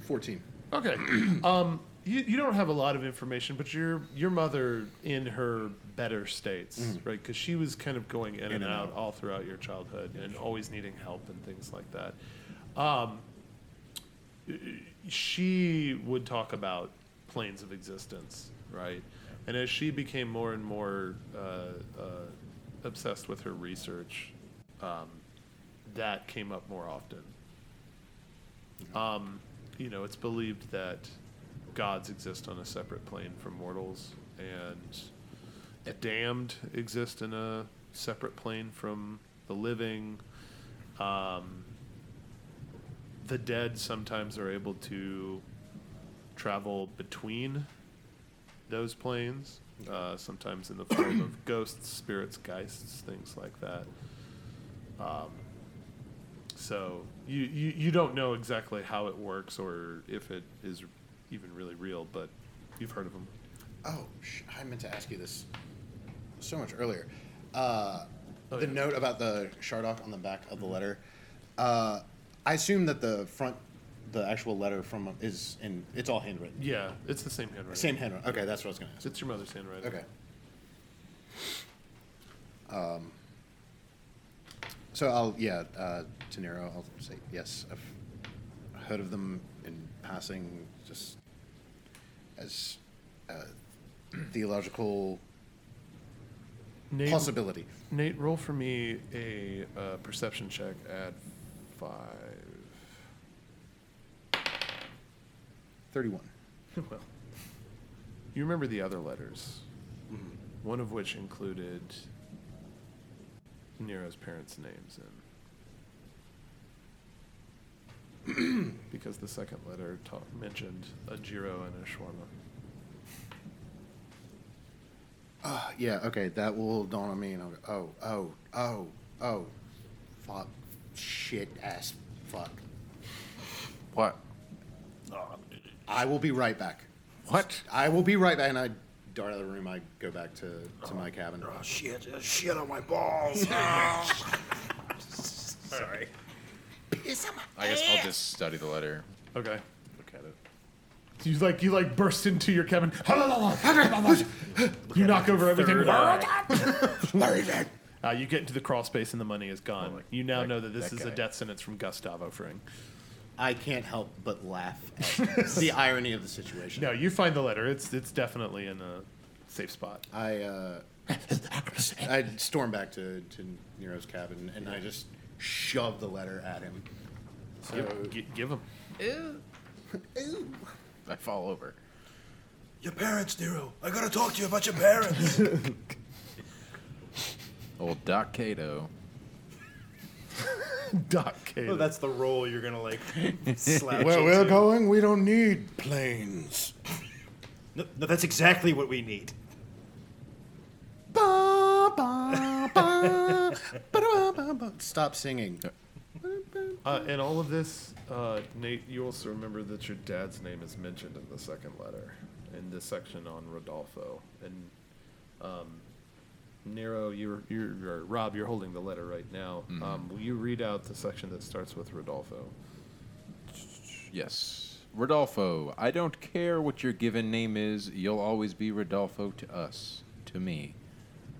Speaker 6: 14.
Speaker 3: okay. um, you, you don't have a lot of information, but your your mother in her better states, right? Because she was kind of going Mm-hmm. in, and,
Speaker 6: and
Speaker 3: out, all throughout your childhood, and always needing help and things like that. Um, she would talk about planes of existence, right? And as she became more and more uh, uh, obsessed with her research, um, that came up more often. Um, you know, it's believed that gods exist on a separate plane from mortals, and the damned exist in a separate plane from the living. Um, the dead sometimes are able to travel between those planes, uh, sometimes in the form of ghosts, spirits, geists, things like that. Um, so you, you you don't know exactly how it works or if it is even really real, but you've heard of them.
Speaker 6: Oh, sh- I meant to ask you this so much earlier. Uh,
Speaker 3: Oh, yeah.
Speaker 6: the
Speaker 3: Mm-hmm.
Speaker 6: note about the Shardock on the back of the letter. Uh, I assume that the front, the actual letter from is in, it's all handwritten.
Speaker 3: Yeah, it's the same handwriting.
Speaker 6: Same handwriting. Okay, that's what I was going to ask.
Speaker 3: It's your mother's handwriting.
Speaker 6: Okay. Um, so I'll yeah, uh, De Niro. I'll say yes. I've heard of them in passing, just as a theological
Speaker 3: Nate,
Speaker 6: possibility.
Speaker 3: Nate, roll for me a uh, perception check at five.
Speaker 6: Thirty-one.
Speaker 3: Well, you remember the other letters,
Speaker 6: Mm-hmm.
Speaker 3: one of which included Nero's parents' names in. because the second letter ta- mentioned a Jiro and a shawarma.
Speaker 6: Uh, yeah. Okay, that will dawn on me, and I'll go. Oh, oh, oh, oh, fuck, shit, ass, fuck.
Speaker 4: what?
Speaker 6: I will be right back.
Speaker 4: What?
Speaker 6: I will be right back. And I dart out of the room. I go back to, to my cabin.
Speaker 5: Shit, uh, shit on my balls. Sorry.
Speaker 4: I guess I'll just study the letter.
Speaker 3: Okay.
Speaker 4: Look at it.
Speaker 3: You like you like burst into your cabin. you knock over everything. Uh, you get into the crawl space and the money is gone. you now
Speaker 4: that-
Speaker 3: know that this
Speaker 4: that
Speaker 3: is a
Speaker 4: guy.
Speaker 3: death sentence from Gustavo Fring.
Speaker 6: I can't help but laugh at the irony of the situation.
Speaker 3: No, you find the letter. It's it's definitely in a safe spot.
Speaker 6: I uh, I storm back to, to Nero's cabin and I just shove the letter at him. So
Speaker 3: G- give him.
Speaker 4: I fall over.
Speaker 5: Your parents, Nero. I gotta talk to you about your parents.
Speaker 4: Old Doc Cato.
Speaker 3: Doc Cato.
Speaker 5: well, that's the role you're gonna like slouch
Speaker 6: where we're
Speaker 5: into.
Speaker 6: going, we don't need planes.
Speaker 5: No, no, that's exactly what we need.
Speaker 6: Ba, ba, ba, ba, ba, ba. Stop singing.
Speaker 3: Uh, and all of this, uh, Nate, you also remember that your dad's name is mentioned in the second letter, in this section on Rodolfo. And um, Nero, you're, you're, or Rob, you're holding the letter right now.
Speaker 6: Mm-hmm.
Speaker 3: Um, will you read out the section that starts with Rodolfo?
Speaker 4: Yes. Rodolfo, I don't care what your given name is, you'll always be Rodolfo to us, to me.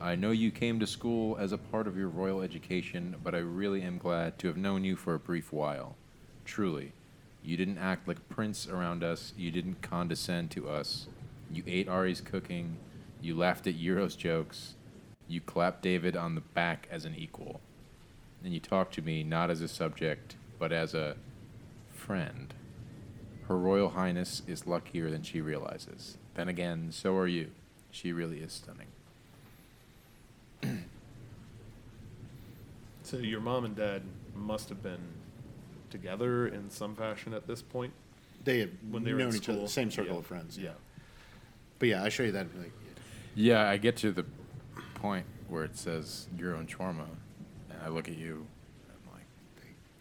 Speaker 4: I know you came to school as a part of your royal education, but I really am glad to have known you for a brief while. Truly, you didn't act like a prince around us, you didn't condescend to us. You ate Ari's cooking, you laughed at Euro's jokes, you clapped David on the back as an equal. And you talked to me not as a subject, but as a friend. Her Royal Highness is luckier than she realizes. Then again, so are you. She really is stunning.
Speaker 3: So your mom and dad must have been together in some fashion at this point.
Speaker 6: They had
Speaker 3: When they were in
Speaker 6: known each other,
Speaker 3: school.
Speaker 6: same circle
Speaker 3: Yeah.
Speaker 6: of friends. Yeah. But yeah, I show you that. and be Like,
Speaker 4: Yeah, I get to the point where it says your own trauma, and I look at you, and I'm like,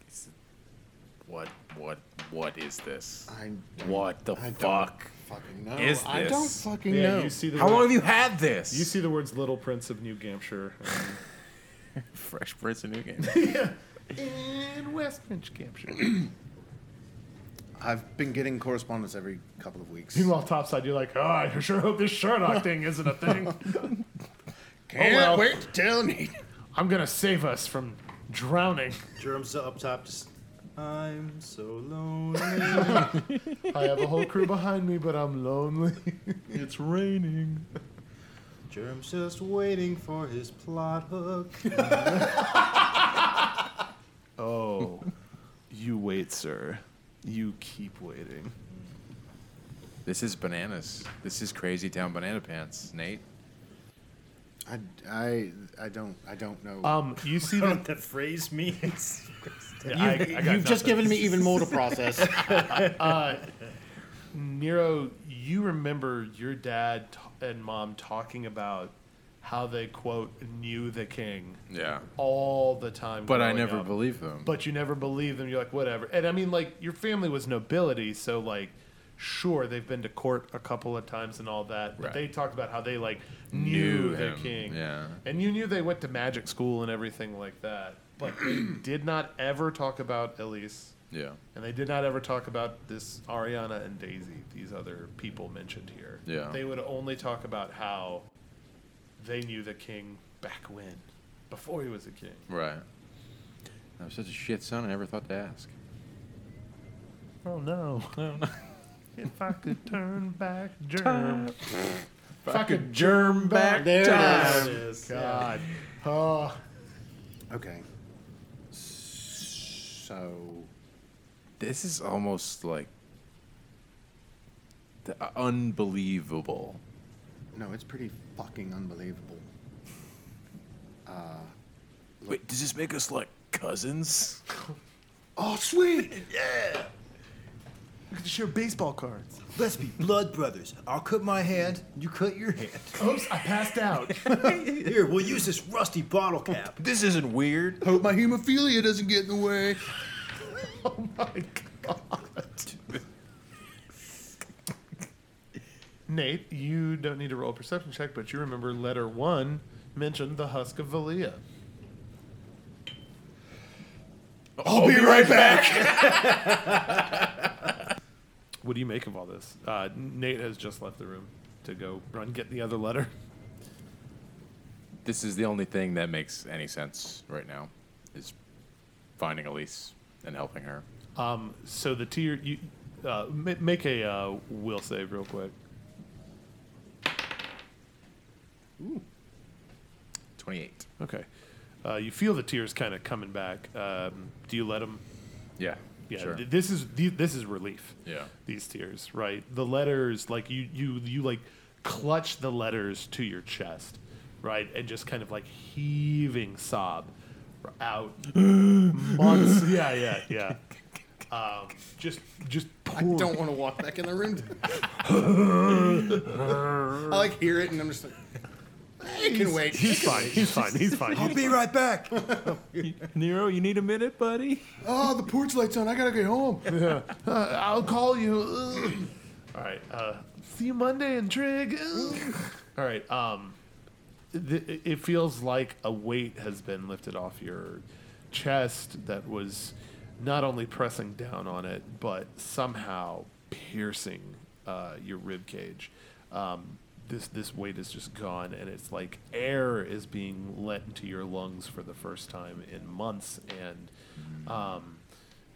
Speaker 4: "Is it- what, what, what is this?
Speaker 6: I-
Speaker 4: what the
Speaker 6: I don't
Speaker 4: fuck?
Speaker 6: fucking know.
Speaker 4: Is
Speaker 6: I don't
Speaker 4: this-
Speaker 6: fucking
Speaker 3: Yeah,
Speaker 6: know.
Speaker 3: you see the
Speaker 4: How
Speaker 3: word-
Speaker 4: long have you had this?
Speaker 3: you see the words "Little Prince of New Hampshire"
Speaker 4: Fresh Prince of New Game.
Speaker 3: and West New Hampshire.
Speaker 6: I've been getting correspondence every couple of weeks.
Speaker 3: Meanwhile, topside, you're like, oh, I sure hope this Sherlock thing isn't a thing. Oh,
Speaker 6: Can't
Speaker 3: well.
Speaker 6: wait to tell me.
Speaker 3: I'm gonna save us from drowning.
Speaker 5: Germs up top. Just, I'm so lonely.
Speaker 3: I have a whole crew behind me, but I'm lonely.
Speaker 7: It's raining.
Speaker 5: Germs just waiting for his plot hook.
Speaker 3: Oh, you wait, sir. You keep waiting.
Speaker 4: This is bananas. This is Crazy Town Banana Pants, Nate.
Speaker 6: I, I, I don't I don't know.
Speaker 3: Um, you see
Speaker 5: You know
Speaker 3: the
Speaker 5: what that phrase means?
Speaker 3: I, I got
Speaker 6: You've just given me even more to process.
Speaker 3: Uh, Nero, you remember your dad t- and mom talking about how they quote knew the king
Speaker 4: Yeah.
Speaker 3: all the time.
Speaker 4: But I
Speaker 3: growing
Speaker 4: never
Speaker 3: up.
Speaker 4: believed them.
Speaker 3: But you never believed them. You're like whatever. And I mean, like your family was nobility, so like. Sure, they've been to court a couple of times and all that, but
Speaker 4: Right.
Speaker 3: they talked about how they like knew,
Speaker 4: Knew
Speaker 3: the
Speaker 4: him,
Speaker 3: king,
Speaker 4: yeah.
Speaker 3: and you knew they went to magic school and everything like that. But they did not ever talk about Elise.
Speaker 4: yeah.
Speaker 3: And they did not ever talk about this Ariana and Daisy, these other people mentioned here.
Speaker 4: Yeah.
Speaker 3: They would only talk about how they knew the king back when, before he was a king.
Speaker 4: Right. I was such a shit son. I never thought to ask.
Speaker 3: Oh no. if I could turn back germ. if I could germ back
Speaker 6: There it
Speaker 3: time.
Speaker 5: It is.
Speaker 3: God. Oh.
Speaker 6: Okay. So
Speaker 4: This is almost like the uh, unbelievable.
Speaker 6: no, it's pretty fucking unbelievable.
Speaker 4: Wait, does this make us like cousins?
Speaker 6: Oh sweet!
Speaker 3: Look at your baseball cards.
Speaker 5: Let's be blood brothers. I'll cut my hand, you cut your hand.
Speaker 3: Oops, I passed out.
Speaker 5: Here, we'll use this rusty bottle cap.
Speaker 4: This isn't weird.
Speaker 6: Hope my hemophilia doesn't get in the way.
Speaker 3: oh my god. Nate, you don't need to roll a perception check, but you remember letter one mentioned the husk of Valia.
Speaker 6: I'll be right back.
Speaker 3: What do you make of all this? Uh, Nate has just left the room to go run get the other letter.
Speaker 4: This is the only thing that makes any sense right now is finding Elise and helping her.
Speaker 3: Um, so the tier, you uh, ma- make a uh, will save real quick.
Speaker 4: 28.
Speaker 3: Okay. Uh, you feel the tears kind of coming back. Um, do you let them?
Speaker 4: Yeah.
Speaker 3: Yeah.
Speaker 4: Sure.
Speaker 3: th- this is th- this is relief.
Speaker 4: yeah.
Speaker 3: these tears, right? The letters, like you, you, you, like clutch the letters to your chest, right, and just kind of like heaving sob out months. Yeah, yeah, yeah. Um, just, just
Speaker 6: I
Speaker 3: pouring.
Speaker 6: don't want to walk back in the room. I like hear it and I'm just like, it can wait.
Speaker 3: He's fine. He's fine. He's fine.
Speaker 5: I'll be right back.
Speaker 7: Nero, you need a minute, buddy?
Speaker 6: Oh, the porch light's on. I gotta get home.
Speaker 3: Uh, I'll call you. Ugh. All right. Uh, see you Monday and Trig. Ugh. All right. Um, th- it feels like a weight has been lifted off your chest that was not only pressing down on it, but somehow piercing uh, your rib cage. Um, this this weight is just gone, and it's like air is being let into your lungs for the first time in months, and um,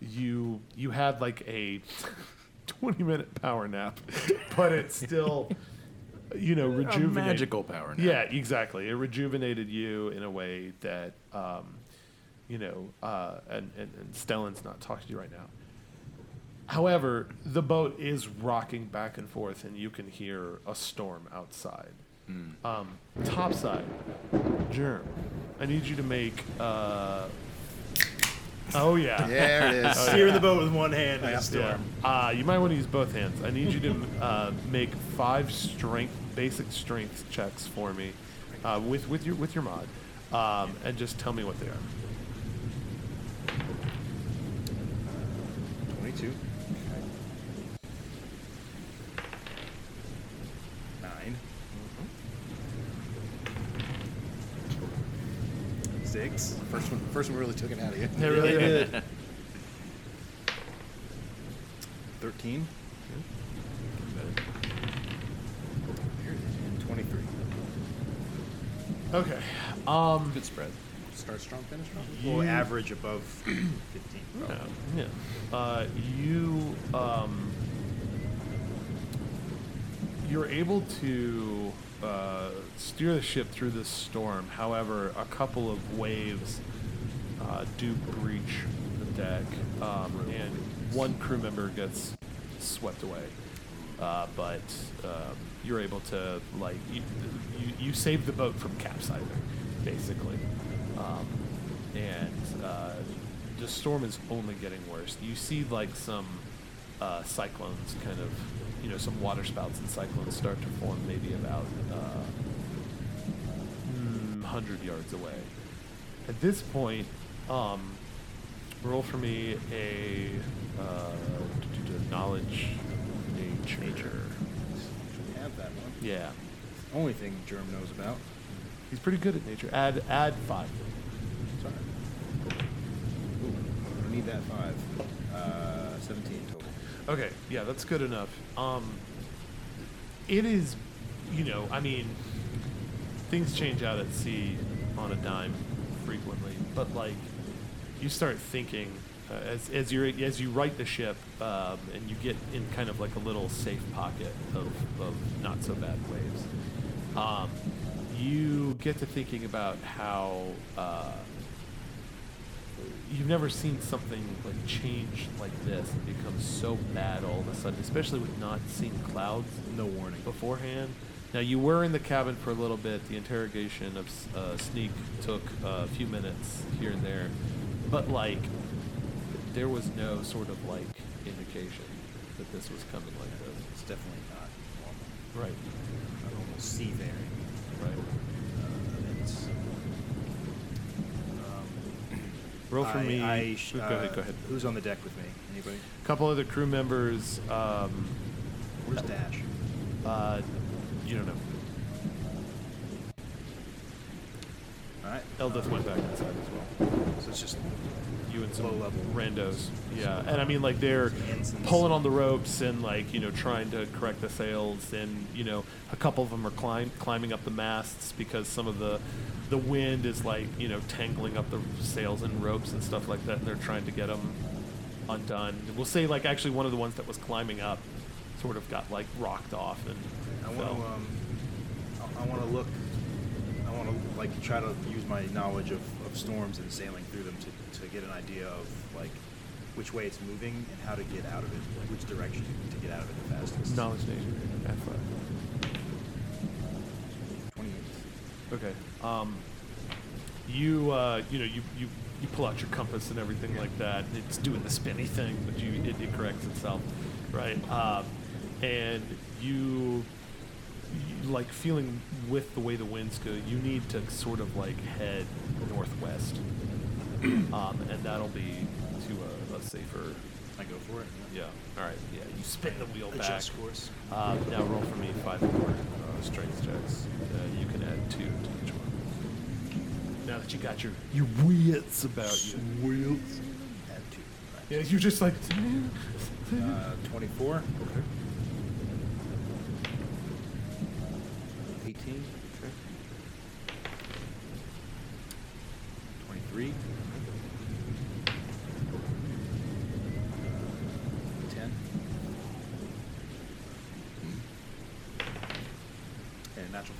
Speaker 3: you you had like a 20 minute power nap, but it's still you know rejuvenated.
Speaker 4: Magical power now.
Speaker 3: Yeah, exactly. It rejuvenated you in a way that, um, you know, uh, and, and, and Stellan's not talking to you right now. However, the boat is rocking back and forth, and you can hear a storm outside.
Speaker 8: Hmm.
Speaker 3: Um, topside, Germ, I need you to make uh,
Speaker 8: Oh yeah.
Speaker 6: There it is.
Speaker 5: Steering the boat with one hand. in a storm.
Speaker 8: Yeah. Uh, you might want to use both hands. I need you to uh, make five strength, basic strength checks for me, uh, with with your with your mod, um, and just tell me what they are.
Speaker 5: 22. Nine. Six.
Speaker 6: First one, first one really took it out of you.
Speaker 3: They really did.
Speaker 5: Thirteen. And Twenty-three.
Speaker 8: Okay. Um.
Speaker 2: Good spread.
Speaker 6: Start strong, finish strong.
Speaker 5: Or average above fifteen.
Speaker 8: Yeah. yeah. Uh, you um, you're able to uh, steer the ship through this storm. However, a couple of waves uh, do breach the deck, um, and one crew member gets swept away. Uh, but um, you're able to like you, you, you save the boat from capsizing, basically. Um, and uh, the storm is only getting worse. You see like some uh, cyclones, kind of, you know, some water spouts and cyclones start to form maybe about uh, mm, 100 yards away. At this point, um, roll for me a uh, d- d- d- knowledge nature.
Speaker 5: We have that one.
Speaker 8: Yeah,
Speaker 5: Only thing Germ knows about.
Speaker 8: he's pretty good at nature. Add add five.
Speaker 5: Sorry. Ooh, I need that five. Uh, Seventeen total.
Speaker 8: Okay, yeah, that's good enough. Um, it is, you know, I mean, things change out at sea on a dime frequently, but like, you start thinking uh, as as you as you right the ship um, and you get in kind of like a little safe pocket of of not so bad waves. Um, you get to thinking about how. Uh, you've never seen something like change like this and become so bad all of a sudden, especially with not seeing clouds. No warning beforehand. Now you were in the cabin for a little bit. The interrogation of S- uh, Sneak took uh, a few minutes here and there, but like there was no sort of like indication that this was coming like this.
Speaker 5: It's definitely not normal.
Speaker 8: Right.
Speaker 5: Not normal sea bearing.
Speaker 8: Right.
Speaker 5: events.
Speaker 8: Roll for
Speaker 5: I-
Speaker 8: me.
Speaker 5: I sh-
Speaker 8: go
Speaker 5: uh,
Speaker 8: ahead. Go ahead.
Speaker 5: Who's on the deck with me? Anybody?
Speaker 8: couple other crew members. Um,
Speaker 5: Where's Dash?
Speaker 8: uh, you don't know.
Speaker 5: All right.
Speaker 8: Eldith went back inside as well.
Speaker 5: So it's just
Speaker 8: you and some
Speaker 5: Low level.
Speaker 8: randos. Yeah, and I mean like they're
Speaker 5: Some ensigns.
Speaker 8: pulling on the ropes and like you know trying to correct the sails, and you know a couple of them are climb, climbing up the masts because some of the the wind is like you know tangling up the sails and ropes and stuff like that, and they're trying to get them undone. We'll say like actually one of the ones that was climbing up sort of got like rocked off and
Speaker 5: I
Speaker 8: fell.
Speaker 5: want to um, I, I want to look. I want to like try to use my knowledge of, of storms and sailing through them to, to get an idea of like which way it's moving and how to get out of it, like which direction to get out of it the fastest.
Speaker 8: knowledge nature. Athletics.
Speaker 5: Twenty-eight.
Speaker 8: Okay. Um, you uh, you know you, you you pull out your compass and everything like that. It's doing the spinny thing, but you it, it corrects itself, right? Um, and you, you like feeling with the way the winds go, you need to sort of like head northwest, um, and that'll be to a, a safer.
Speaker 5: I go for it.
Speaker 8: Yeah. All right. Yeah. You spin the wheel back.
Speaker 5: Adjust course.
Speaker 8: Uh, now roll for me five more uh, strength checks. Uh, you can add two to each one. Now that you got your your wits about you, wits.
Speaker 5: Add two. All right.
Speaker 8: Yeah, you're just like.
Speaker 5: Uh, 24. Okay. 18. Okay. 23. Uh, 10. And a natural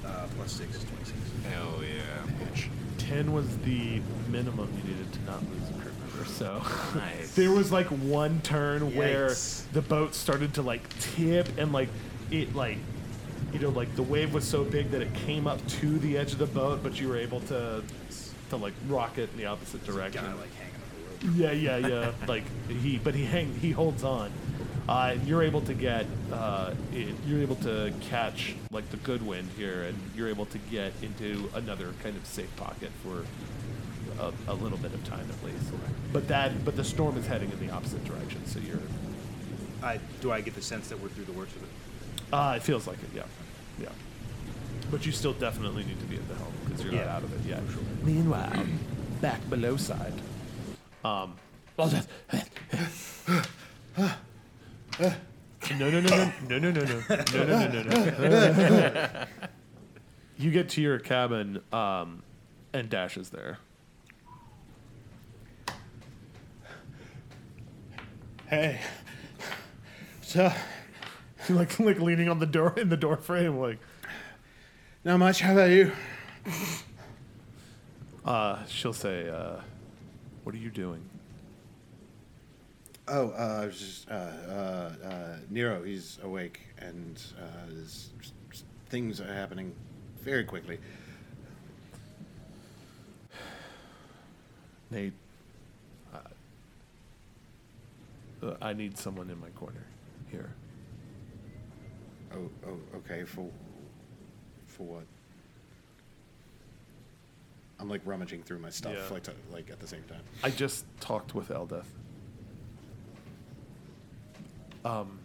Speaker 5: 20. Uh, plus 6 is 26.
Speaker 2: Hell yeah, bitch.
Speaker 8: Ten was the minimum you needed to not lose a crew member. So
Speaker 2: Nice.
Speaker 8: there was like one turn where
Speaker 2: Yikes.
Speaker 8: the boat started to like tip and like it like you know like the wave was so big that it came up to the edge of the boat, but you were able to to like rock it in the opposite
Speaker 5: Guy,
Speaker 8: direction.
Speaker 5: like, hanging on
Speaker 3: yeah,
Speaker 5: a
Speaker 3: yeah, yeah. Like he, but he hang, he holds on. Uh, and you're able to get, uh, it, you're able to catch like the good wind here, and you're able to get into another kind of safe pocket for a, a little bit of time at least. But that, but the storm is heading in the opposite direction, so you're.
Speaker 5: I do I get the sense that we're through the worst of it?
Speaker 3: Uh, it feels like it, yeah, yeah. But you still definitely need to be at the helm because you're not
Speaker 5: Yeah.
Speaker 3: out of it yet. Meanwhile, back below side. Um. no, no, no, no, no, no, no, no, no, no, no, no, no. you get to your cabin, um, and Dash is there.
Speaker 6: Hey. So,
Speaker 3: like, like leaning on the door in the door frame, like.
Speaker 6: not much. How about you?
Speaker 3: Uh, she'll say, uh, "What are you doing?"
Speaker 6: Oh, uh, I was just uh, uh, uh, Nero. He's awake, and uh, there's, there's things are happening very quickly.
Speaker 3: Nate, uh, uh, I need someone in my corner here.
Speaker 6: Oh, oh, okay. For for what? I'm like rummaging through my stuff,
Speaker 3: Yeah.
Speaker 6: like to, like at the same time.
Speaker 3: I just talked with Eldeth. Um,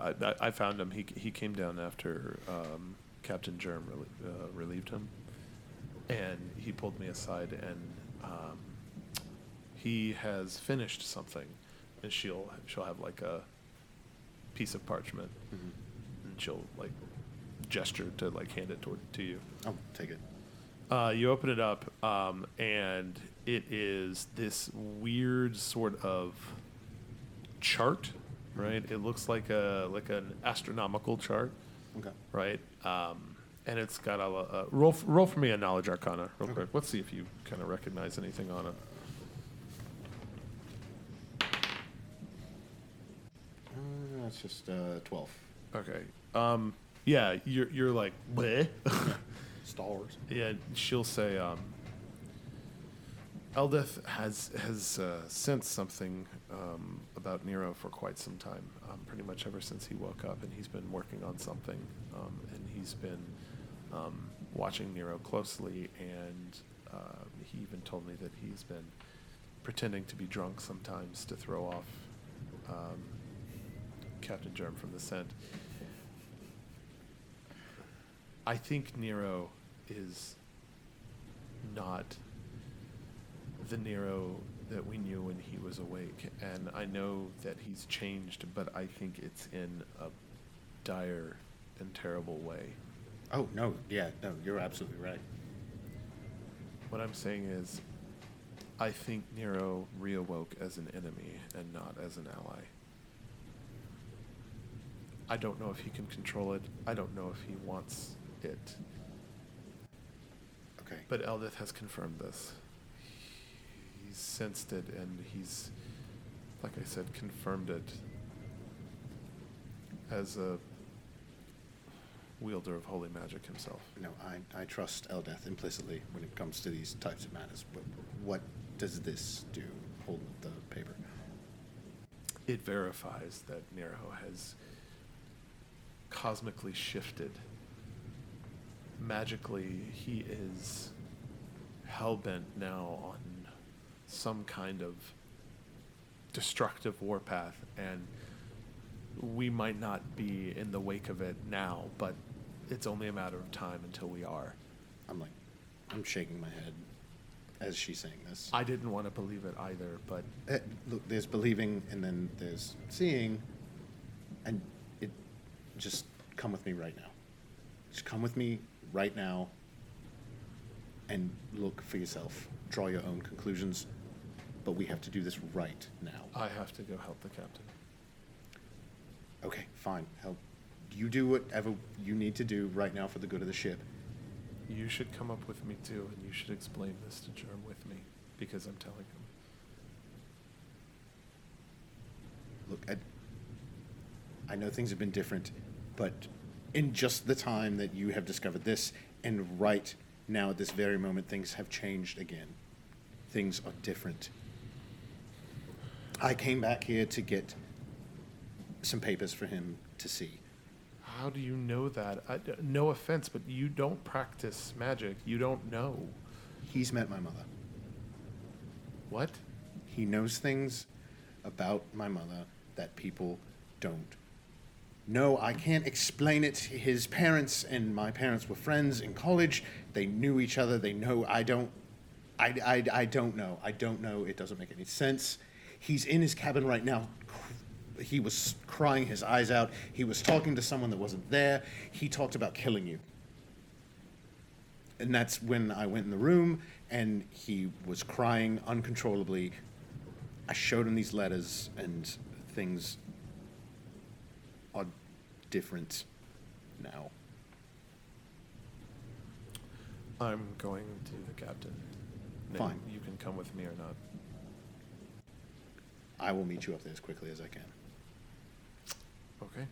Speaker 3: I, I, I found him. He, he came down after um, Captain Germ rel- uh, relieved him, and he pulled me aside and um, he has finished something, and she'll she'll have like a piece of parchment, and she'll like gesture to like hand it toward to you.
Speaker 6: I'll Oh, take it.
Speaker 3: Uh, you open it up, um, and it is this weird sort of chart, right? It looks like a like an astronomical chart,
Speaker 6: Okay.
Speaker 3: right? Um, and it's got a, lo- uh roll. f- Roll for me a knowledge arcana, real quick. Let's see if you kind of recognize anything on it.
Speaker 6: Uh, it's just uh, twelve
Speaker 3: Okay. Um, yeah, you're you're like, bleh.
Speaker 6: stars.
Speaker 3: Yeah, she'll say, um, Eldeth has has uh, sensed something um, about Nero for quite some time, um, pretty much ever since he woke up, and he's been working on something, um, and he's been um, watching Nero closely, and uh, he even told me that he's been pretending to be drunk sometimes to throw off um, Captain Germ from the scent. I think Nero is not the Nero that we knew when he was awake. And I know that he's changed, but I think it's in a dire and terrible way.
Speaker 6: Oh no, yeah, no, you're absolutely right.
Speaker 3: What I'm saying is, I think Nero reawoke as an enemy and not as an ally. I don't know if he can control it. I don't know if he wants it.
Speaker 6: Okay,
Speaker 3: But Eldith has confirmed this. He's sensed it and he's, like I said, confirmed it as a wielder of holy magic himself.
Speaker 6: no, I, I trust Eldeth implicitly when it comes to these types of matters. But what does this do? Holding up the paper.
Speaker 3: It verifies that Nero has cosmically shifted. Magically, he is hellbent now on some kind of destructive warpath, and we might not be in the wake of it now, but it's only a matter of time until we are.
Speaker 6: I'm like, I'm shaking my head as she's saying this.
Speaker 3: I didn't want to believe it either, but
Speaker 6: Uh, look, there's believing and then there's seeing, and it just come with me right now. Just come with me right now and look for yourself. Draw your own conclusions, but we have to do this right now.
Speaker 3: I have to go help the captain.
Speaker 6: Okay, fine. Help. You do whatever you need to do right now for the good of the ship.
Speaker 3: You should come up with me too, and you should explain this to Germ with me, because I'm telling him.
Speaker 6: Look, I, I know things have been different, but in just the time that you have discovered this, and right now at this very moment, things have changed again. Things are different. I came back here to get some papers for him to see.
Speaker 3: How do you know that? I, uh, no offense, but you don't practice magic. You don't know.
Speaker 6: He's met my mother.
Speaker 3: What?
Speaker 6: He knows things about my mother that people don't. No, I can't explain it. His parents and my parents were friends in college. They knew each other. They know I don't. I, I, I don't know. I don't know. It doesn't make any sense. He's in his cabin right now. He was crying his eyes out. He was talking to someone that wasn't there. He talked about killing you and that's when I went in the room and he was crying uncontrollably. I showed him these letters and things are different now.
Speaker 3: I'm going to the captain. Then
Speaker 6: Fine.
Speaker 3: You can come with me or not.
Speaker 6: I will meet you up there as quickly as I can.
Speaker 3: Okay.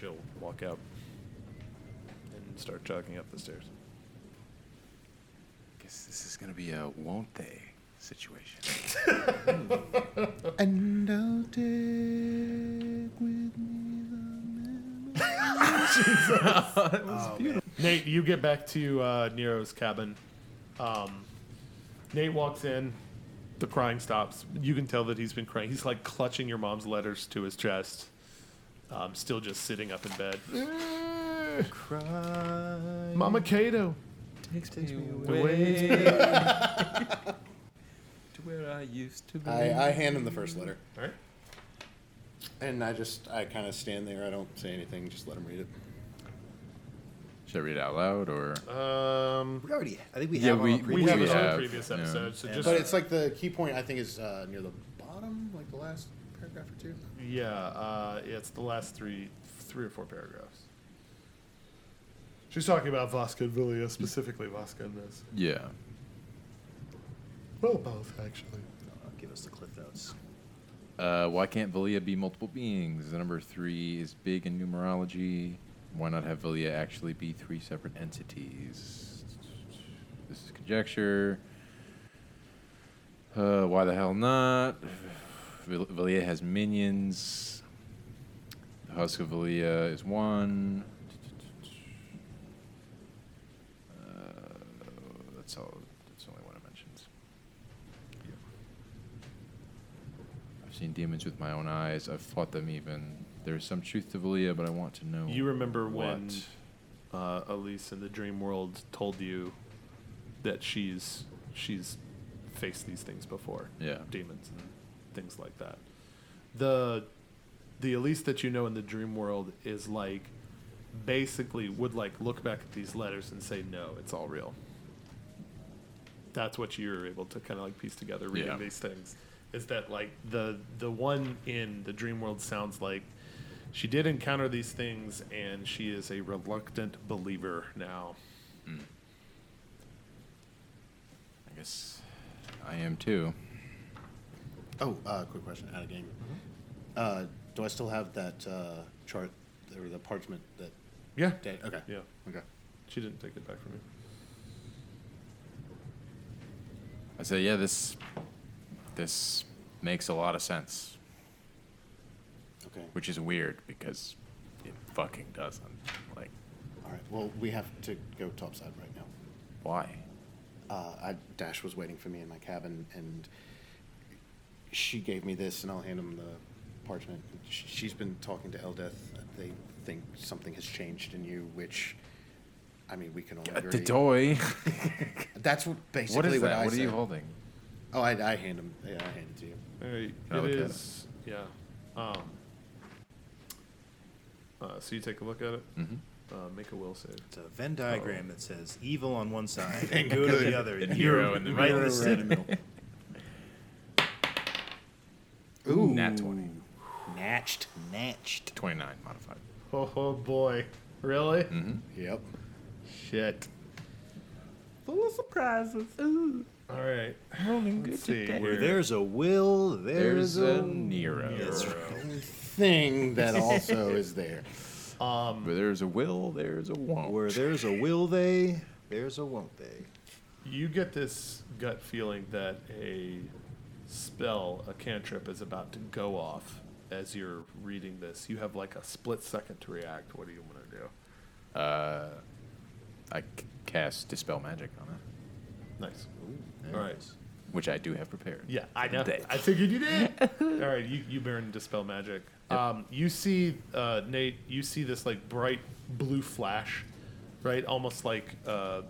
Speaker 3: She'll walk out and start jogging up the stairs.
Speaker 4: Guess this is gonna be a won't they situation.
Speaker 6: And I'll take with me the memory.
Speaker 3: Nate, you get back to uh, Nero's cabin. Um, Nate walks in. The crying stops. You can tell that he's been crying. He's like clutching your mom's letters to his chest. Um, still just sitting up in bed.
Speaker 1: Cry.
Speaker 3: Mama Cato.
Speaker 1: Takes me away.
Speaker 7: to where I used to be.
Speaker 6: I, I hand him the first letter.
Speaker 3: All right.
Speaker 6: And I just, I kind of stand there. I don't say anything. Just let him read it.
Speaker 4: Should I read it out loud or?
Speaker 3: Um,
Speaker 5: We already, I think we
Speaker 4: Yeah,
Speaker 5: have.
Speaker 4: we-
Speaker 5: all
Speaker 4: we-
Speaker 3: we have
Speaker 4: do
Speaker 3: this on the
Speaker 4: have,
Speaker 3: previous
Speaker 4: yeah.
Speaker 3: episode, so just
Speaker 6: But it's like the key point, I think, is uh, near the bottom, like the last paragraph or two.
Speaker 3: yeah, uh, yeah, it's the last three, three or four paragraphs. She's talking about Vasco and Villa, specifically Vasco and this.
Speaker 4: Yeah.
Speaker 3: Well, both actually.
Speaker 5: Uh, give us the cliff notes.
Speaker 4: Uh, why can't Velia be multiple beings? The number three is big in numerology. Why not have Velia actually be three separate entities? This is conjecture. Uh, why the hell not? Vel- Velia has minions. The Husk of Velia is one. Uh, that's all. That's the only one it mentions. I've seen demons with my own eyes. I've fought them even. There's some truth to Valia, but I want to know.
Speaker 3: You remember
Speaker 4: what.
Speaker 3: when uh, Elise in the dream world told you that she's she's faced these things before,
Speaker 4: Yeah.
Speaker 3: demons and things like that. The the Elise that you know in the dream world is like basically would like look back at these letters and say, "No, it's all real." That's what you're able to kind of like piece together reading
Speaker 4: Yeah.
Speaker 3: these things. Is that like the the one in the dream world sounds like she did encounter these things and she is a reluctant believer now.
Speaker 4: I guess I am too.
Speaker 6: Oh, uh, quick question, out of game.
Speaker 3: Mm-hmm.
Speaker 6: Uh, do I still have that uh, chart or the parchment that?
Speaker 3: Yeah.
Speaker 6: Dad, okay.
Speaker 3: Yeah.
Speaker 6: Okay.
Speaker 3: She didn't take it back from you.
Speaker 4: I say, yeah, this this makes a lot of sense,
Speaker 6: Okay.
Speaker 4: which is weird because it fucking doesn't. Like,
Speaker 6: All right. Well, we have to go topside right now.
Speaker 4: why?
Speaker 6: Uh, I, Dash was waiting for me in my cabin, and she gave me this, and I'll hand him the parchment. Sh- She's been talking to Eldeth. They think something has changed in you, which, I mean, we can all agree.
Speaker 4: Dedoy.
Speaker 6: That's what basically
Speaker 4: What is
Speaker 6: what
Speaker 4: that?
Speaker 6: I
Speaker 4: what are you
Speaker 6: said.
Speaker 4: holding?
Speaker 6: Oh, I, I hand him. Yeah, I hand it to you.
Speaker 3: All right.
Speaker 4: Can I
Speaker 3: it
Speaker 4: look at it?
Speaker 3: is. Yeah. Um, uh, so you take a look at it.
Speaker 4: Mm-hmm.
Speaker 3: Uh, make a will save.
Speaker 5: It's a Venn diagram that says evil on one side and good on the other.
Speaker 4: And hero in the
Speaker 5: right
Speaker 4: middle.
Speaker 5: in the
Speaker 6: Right in the
Speaker 5: center.
Speaker 6: middle.
Speaker 4: Ooh. Nat 20.
Speaker 5: Natched, natched.
Speaker 4: 29 modified.
Speaker 3: Oh, oh boy. Really?
Speaker 6: Yep.
Speaker 3: Shit.
Speaker 7: Full of surprises. Ooh.
Speaker 3: All right.
Speaker 7: Rolling
Speaker 3: Let's see.
Speaker 5: Where
Speaker 3: we're-
Speaker 5: there's a will, there's,
Speaker 4: There's a Nero.
Speaker 5: That's right.
Speaker 6: Thing that also is there.
Speaker 4: Where there's a will, there's a won't.
Speaker 5: Where there's a will they, there's a won't they.
Speaker 3: You get this gut feeling that a
Speaker 8: spell, a cantrip, is about to go off as you're reading this, you have like a split second to react. What do you want to do?
Speaker 4: I c- cast Dispel Magic on it,
Speaker 8: Nice. All right.
Speaker 4: which I do have prepared.
Speaker 8: Yeah, I know. I figured you did. All right, you, you burn dispel magic. Um, you see, uh, Nate, you see this like bright blue flash, right? Almost like uh,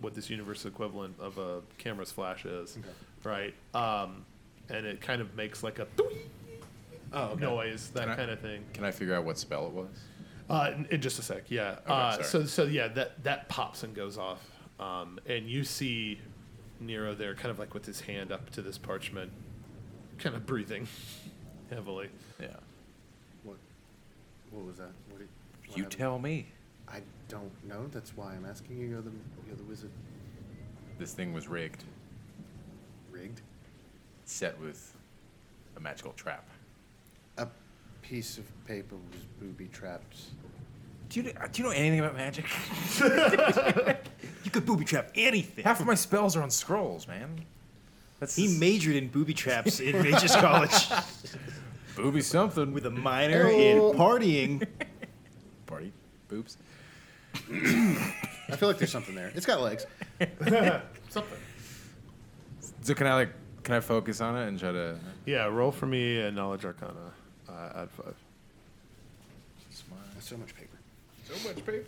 Speaker 8: what this universe equivalent of a camera's flash is, right? Um, and it kind of makes like a noise, that
Speaker 4: Can I-
Speaker 8: kind of thing.
Speaker 4: Can I figure out what spell it was?
Speaker 8: Uh, in, in just a sec, yeah. uh,
Speaker 4: sorry.
Speaker 8: so, so yeah, that that pops and goes off, um, and you see Nero there, kind of like with his hand up to this parchment, kind of breathing heavily.
Speaker 4: Yeah.
Speaker 6: What? What was that? What did, what
Speaker 4: You
Speaker 6: happened?
Speaker 4: tell me.
Speaker 6: I don't know. That's why I'm asking you. You're the you're the wizard.
Speaker 4: This thing was rigged,
Speaker 6: Rigged
Speaker 4: set with a magical trap.
Speaker 6: a piece of paper was booby trapped.
Speaker 4: Do you, do you know anything about magic?
Speaker 5: You could booby trap anything.
Speaker 4: Half of my spells are on scrolls, man. That's
Speaker 5: He majored in booby traps in Majors College
Speaker 4: booby something
Speaker 5: with a minor in partying.
Speaker 4: party boobs.
Speaker 6: I feel like there's something there. It's got legs.
Speaker 8: Something.
Speaker 4: So can I like can I focus on it and try to
Speaker 8: Yeah, roll for me a knowledge arcana. Uh, add five.
Speaker 6: So much paper.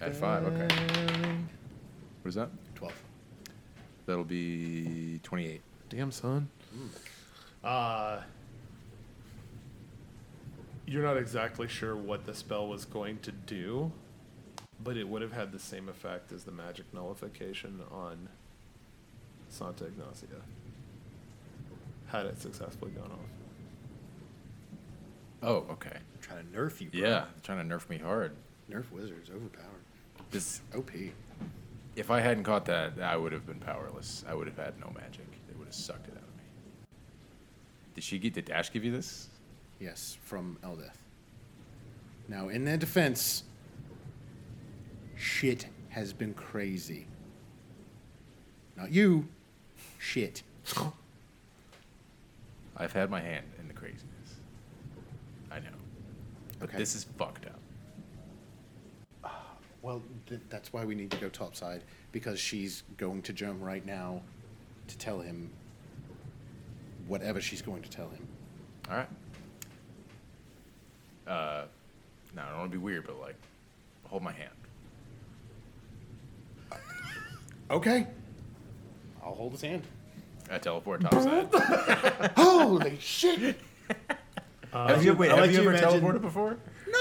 Speaker 4: add five? Okay. What is that?
Speaker 6: Twelve.
Speaker 4: That'll be twenty-eight.
Speaker 8: Damn son.
Speaker 6: Hmm.
Speaker 8: Uh, you're not exactly sure what the spell was going to do, but it would have had the same effect as the magic nullification on Santa Ignacia had it successfully gone off.
Speaker 4: Oh, okay.
Speaker 6: trying to nerf you.
Speaker 4: Yeah, trying to nerf me hard.
Speaker 6: Nerf wizards overpowered.
Speaker 4: This,
Speaker 6: OP.
Speaker 4: if I hadn't caught that, I would have been powerless. I would have had no magic. They would have sucked it out of me. Did she get? Did Dash give you this?
Speaker 6: Yes, from Eldeth. Now, in their defense, shit has been crazy. Not you. Shit.
Speaker 4: I've had my hand in the craziness. I know, but
Speaker 6: Okay.
Speaker 4: this is fucked up.
Speaker 6: Well, th- that's why we need to go topside because she's going to Germ right now to tell him whatever she's going to tell him.
Speaker 4: All right. Uh, no, I don't want to be weird, but like, hold my hand.
Speaker 6: Okay. I'll hold his hand.
Speaker 4: I teleport topside.
Speaker 6: Holy shit!
Speaker 4: have you, wait,
Speaker 5: I
Speaker 4: have
Speaker 5: like
Speaker 4: you
Speaker 5: to
Speaker 4: ever
Speaker 5: imagine-
Speaker 4: teleported before?
Speaker 6: No!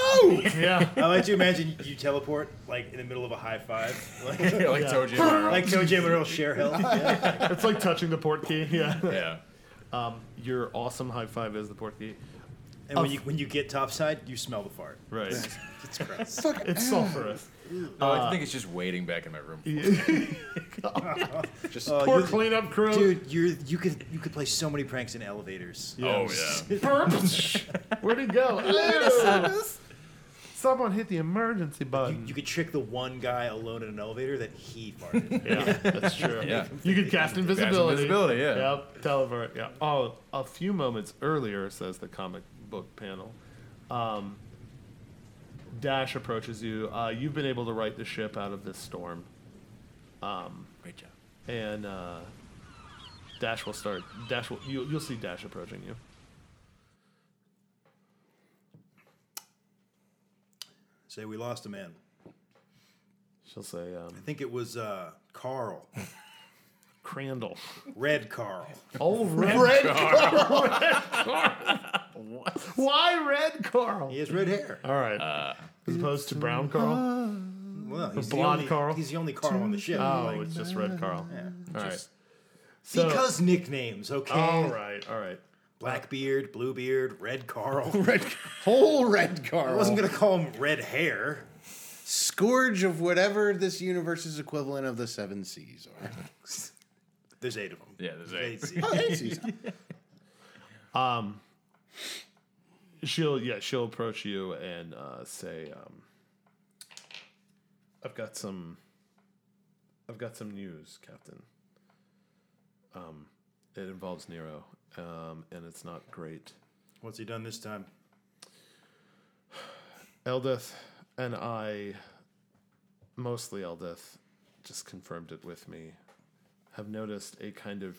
Speaker 8: Yeah.
Speaker 5: I like to imagine you teleport like in the middle of a high five, like
Speaker 4: like
Speaker 8: Yeah.
Speaker 4: told you. about
Speaker 5: like Toe Jam and Earl share health.
Speaker 8: it's like touching the port key. Yeah.
Speaker 4: it. yeah.
Speaker 8: Your awesome high five is the port key.
Speaker 5: And when you when you get topside, you smell the fart.
Speaker 8: Right.
Speaker 5: It's gross.
Speaker 6: Fuck
Speaker 8: it's sulfurous.
Speaker 4: No, I think it's just waiting back in my room.
Speaker 6: Just
Speaker 5: Oh,
Speaker 8: Poor
Speaker 5: you-
Speaker 8: cleanup crew.
Speaker 5: Dude, you you could you could play so many pranks in elevators.
Speaker 4: Oh yeah.
Speaker 8: Where'd he go? Ew. Someone hit the emergency
Speaker 5: You,
Speaker 8: button.
Speaker 5: you could trick the one guy alone in an elevator that he farted.
Speaker 8: yeah, that's true.
Speaker 4: Yeah.
Speaker 8: You could cast invisibility.
Speaker 4: invisibility, yeah.
Speaker 8: Yep, teleport, yeah. Oh, a few moments earlier, says the comic book panel, um, Dash approaches you. Uh, you've been able to right the ship out of this storm. Um,
Speaker 4: Great job.
Speaker 8: and uh, Dash will start. Dash will. You, you'll see Dash approaching you.
Speaker 5: Say we lost a man.
Speaker 8: She'll say, um,
Speaker 5: I think it was uh, Carl,
Speaker 8: Crandall.
Speaker 5: Red Carl.
Speaker 8: Oh, red, Carl. Why red Carl?
Speaker 5: He has red hair.
Speaker 8: All right. As opposed to brown Carl?
Speaker 5: Well, he's the
Speaker 8: Blonde
Speaker 5: only,
Speaker 8: Carl?
Speaker 5: He's the only Carl on the ship.
Speaker 8: Oh,
Speaker 5: Like,
Speaker 8: it's just red Carl.
Speaker 5: yeah.
Speaker 8: All right.
Speaker 5: Just-
Speaker 8: So-
Speaker 5: because nicknames, okay?
Speaker 8: all right, all right.
Speaker 5: Blackbeard, Bluebeard, Red Carl.
Speaker 6: red, whole red
Speaker 5: I
Speaker 6: Carl.
Speaker 5: wasn't gonna call him Red Hair.
Speaker 6: Scourge of whatever this universe's equivalent of the seven seas are.
Speaker 5: There's eight of them.
Speaker 4: Yeah, there's
Speaker 5: Eight.
Speaker 4: eight.
Speaker 6: Oh, eight seas.
Speaker 8: She'll yeah, she'll approach you and uh, say, um, "I've got some, I've got some news, Captain. Um, it involves Nero, um, and it's not great.
Speaker 5: What's he done this time?
Speaker 8: Eldith and I, mostly Eldith, just confirmed it with me, have noticed a kind of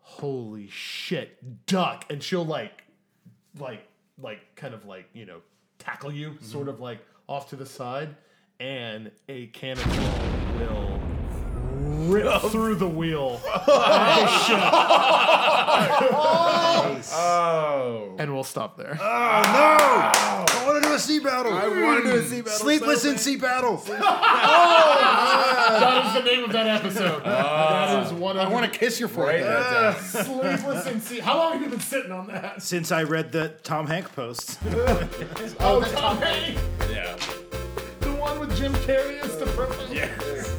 Speaker 8: holy shit duck, and she'll like, like, like, kind of like you know, tackle you, sort of like off to the side, and a cannonball will. Rip through the wheel
Speaker 4: Oh.
Speaker 8: and we'll stop there.
Speaker 5: I want to do a sea battle. I want to do a sea battle. Sleepless in sea battle.
Speaker 8: that is the name of that episode. that is one. I
Speaker 6: I want to kiss your
Speaker 4: Right.
Speaker 6: forehead.
Speaker 4: that down.
Speaker 8: Sleepless in sea. How long have you been sitting on that?
Speaker 5: Since I read the Tom Hank post,
Speaker 8: Oh, Tommy,
Speaker 4: Yeah.
Speaker 8: the one with Jim Carrey as the perfect. Yes.